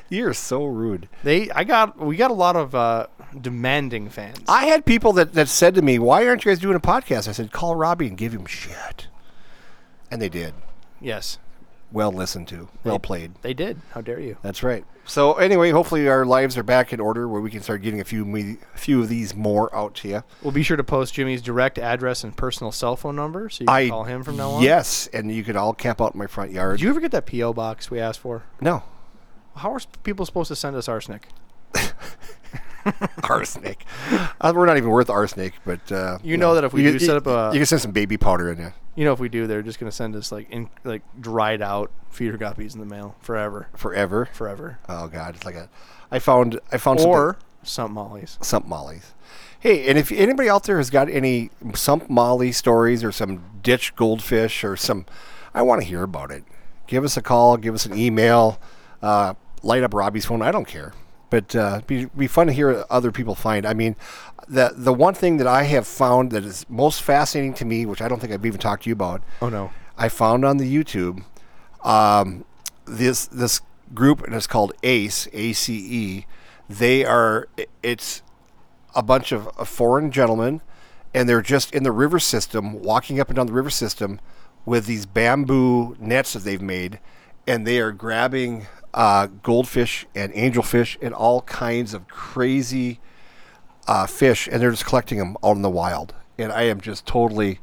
C: You're so rude.
A: They, I got, we got a lot of uh, demanding fans.
C: I had people that, that said to me, "Why aren't you guys doing a podcast?" I said, "Call Robbie and give him shit," and they did.
A: yes,
C: Well listened to, well played.
A: they did. How dare you?
C: That's right. So anyway, hopefully our lives are back in order where we can start getting a few me- a few of these more out to you.
A: We'll be sure to post Jimmy's direct address and personal cell phone number, so you can
C: I
A: call him from now on.
C: Yes, and you could all camp out in my front yard.
A: Did you ever get that PO box we asked for?
C: no [laughs]
A: How are sp- people supposed to send us arsenic?
C: arsenic. Uh, we're not even worth arsenic, but uh,
A: You know that if we
C: you,
A: do
C: you-
A: set up a-
C: you can send some baby powder in there.
A: You know, if we do, they're just gonna send us like in like dried out feeder guppies in the mail forever,
C: forever.
A: forever,
C: Oh God, it's like a. I found I found
A: or sump mollies.
C: something, sump mollies. Hey, and if anybody out there has got any sump molly stories or some ditch goldfish or some, I want to hear about it. Give us a call. Give us an email. Uh, light up Robbie's phone. I don't care. But uh, be be fun to hear other people find. I mean, the the one thing that I have found that is most fascinating to me, which I don't think I've even talked to you about,
A: Oh no!
C: I found on the YouTube um, this this group and it's called ACE A C E. They are i- it's a bunch of uh, foreign gentlemen, and they're just in the river system, walking up and down the river system with these bamboo nets that they've made, and they are grabbing uh, goldfish and angelfish and all kinds of crazy uh, fish, and they're just collecting them out in the wild. And I am just totally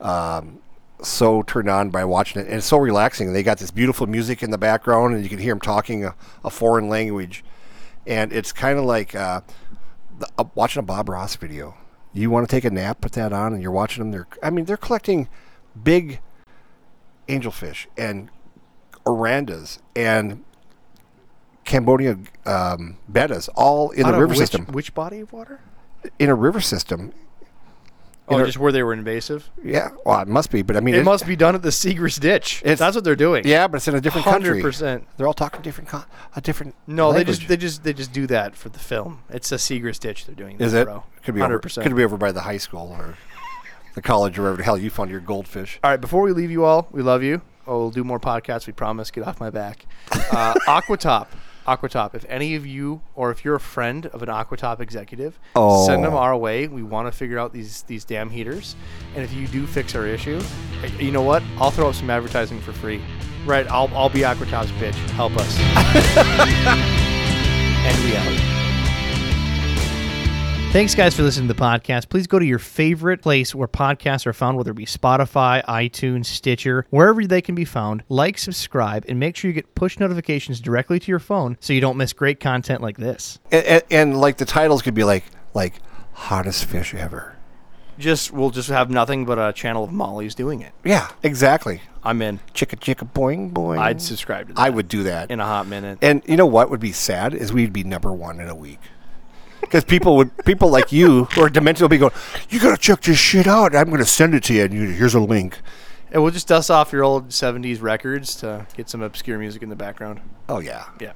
C: um, so turned on by watching it, and it's so relaxing. They got this beautiful music in the background, and you can hear them talking a, a foreign language, and it's kind of like uh, the, uh, watching a Bob Ross video. You want to take a nap, put that on, and you're watching them. They're, I mean, they're collecting big angelfish and orandas and Cambodia um, bettas, all in
A: Out
C: the
A: of
C: river
A: which,
C: system.
A: Which body of water?
C: In a river system,
A: Oh,
C: In a-
A: just where they were invasive.
C: yeah. Well, it must be, but I mean,
A: It must be done at the Seagrass Ditch.
C: It's-
A: That's what they're doing.
C: Yeah, but it's in a different country.
A: hundred percent.
C: They're all talking different, con- a different.
A: No, they just
C: language.
A: they just they just do that for the film. It's a Seagrass ditch they're doing.
C: is
A: that,
C: it
A: bro.
C: could be
A: hundred
C: over,
A: percent.
C: could be over by the high school or the college or wherever the hell you found your goldfish.
A: All right, before we leave you all, we love you. Oh, we'll do more podcasts. We promise. Get off my back.
C: [laughs]
A: Uh, Aquatop, Aquatop. If any of you, or if you're a friend of an Aquatop executive,
C: Oh.
A: send them our way. We want to figure out these these damn heaters. And if you do fix our issue, uh, you know what? I'll throw up some advertising for free. Right? I'll I'll be Aquatop's bitch. Help us. [laughs] and we out. Thanks, guys, for listening to the podcast. Please go to your favorite place where podcasts are found, whether it be Spotify, iTunes, Stitcher, wherever they can be found. Like, subscribe, and make sure you get push notifications directly to your phone so you don't miss great content like this.
C: And, and, and like the titles could be like like hottest fish ever.
A: Just we'll just have nothing but a channel of Molly's doing it.
C: Yeah, exactly.
A: I'm in.
C: Chicka chicka boing boing.
A: I'd subscribe to that
C: Mm-hmm. I would do that.
A: in a hot minute.
C: And you know what would be sad is we'd be number one in a week. Because people would, people like you who are demented will be going, you gotta check this shit out. I'm gonna send it to you, and you, here's a link.
A: And we'll just dust off your old 70s records to get some obscure music in the background.
C: Oh yeah,
A: Yeah.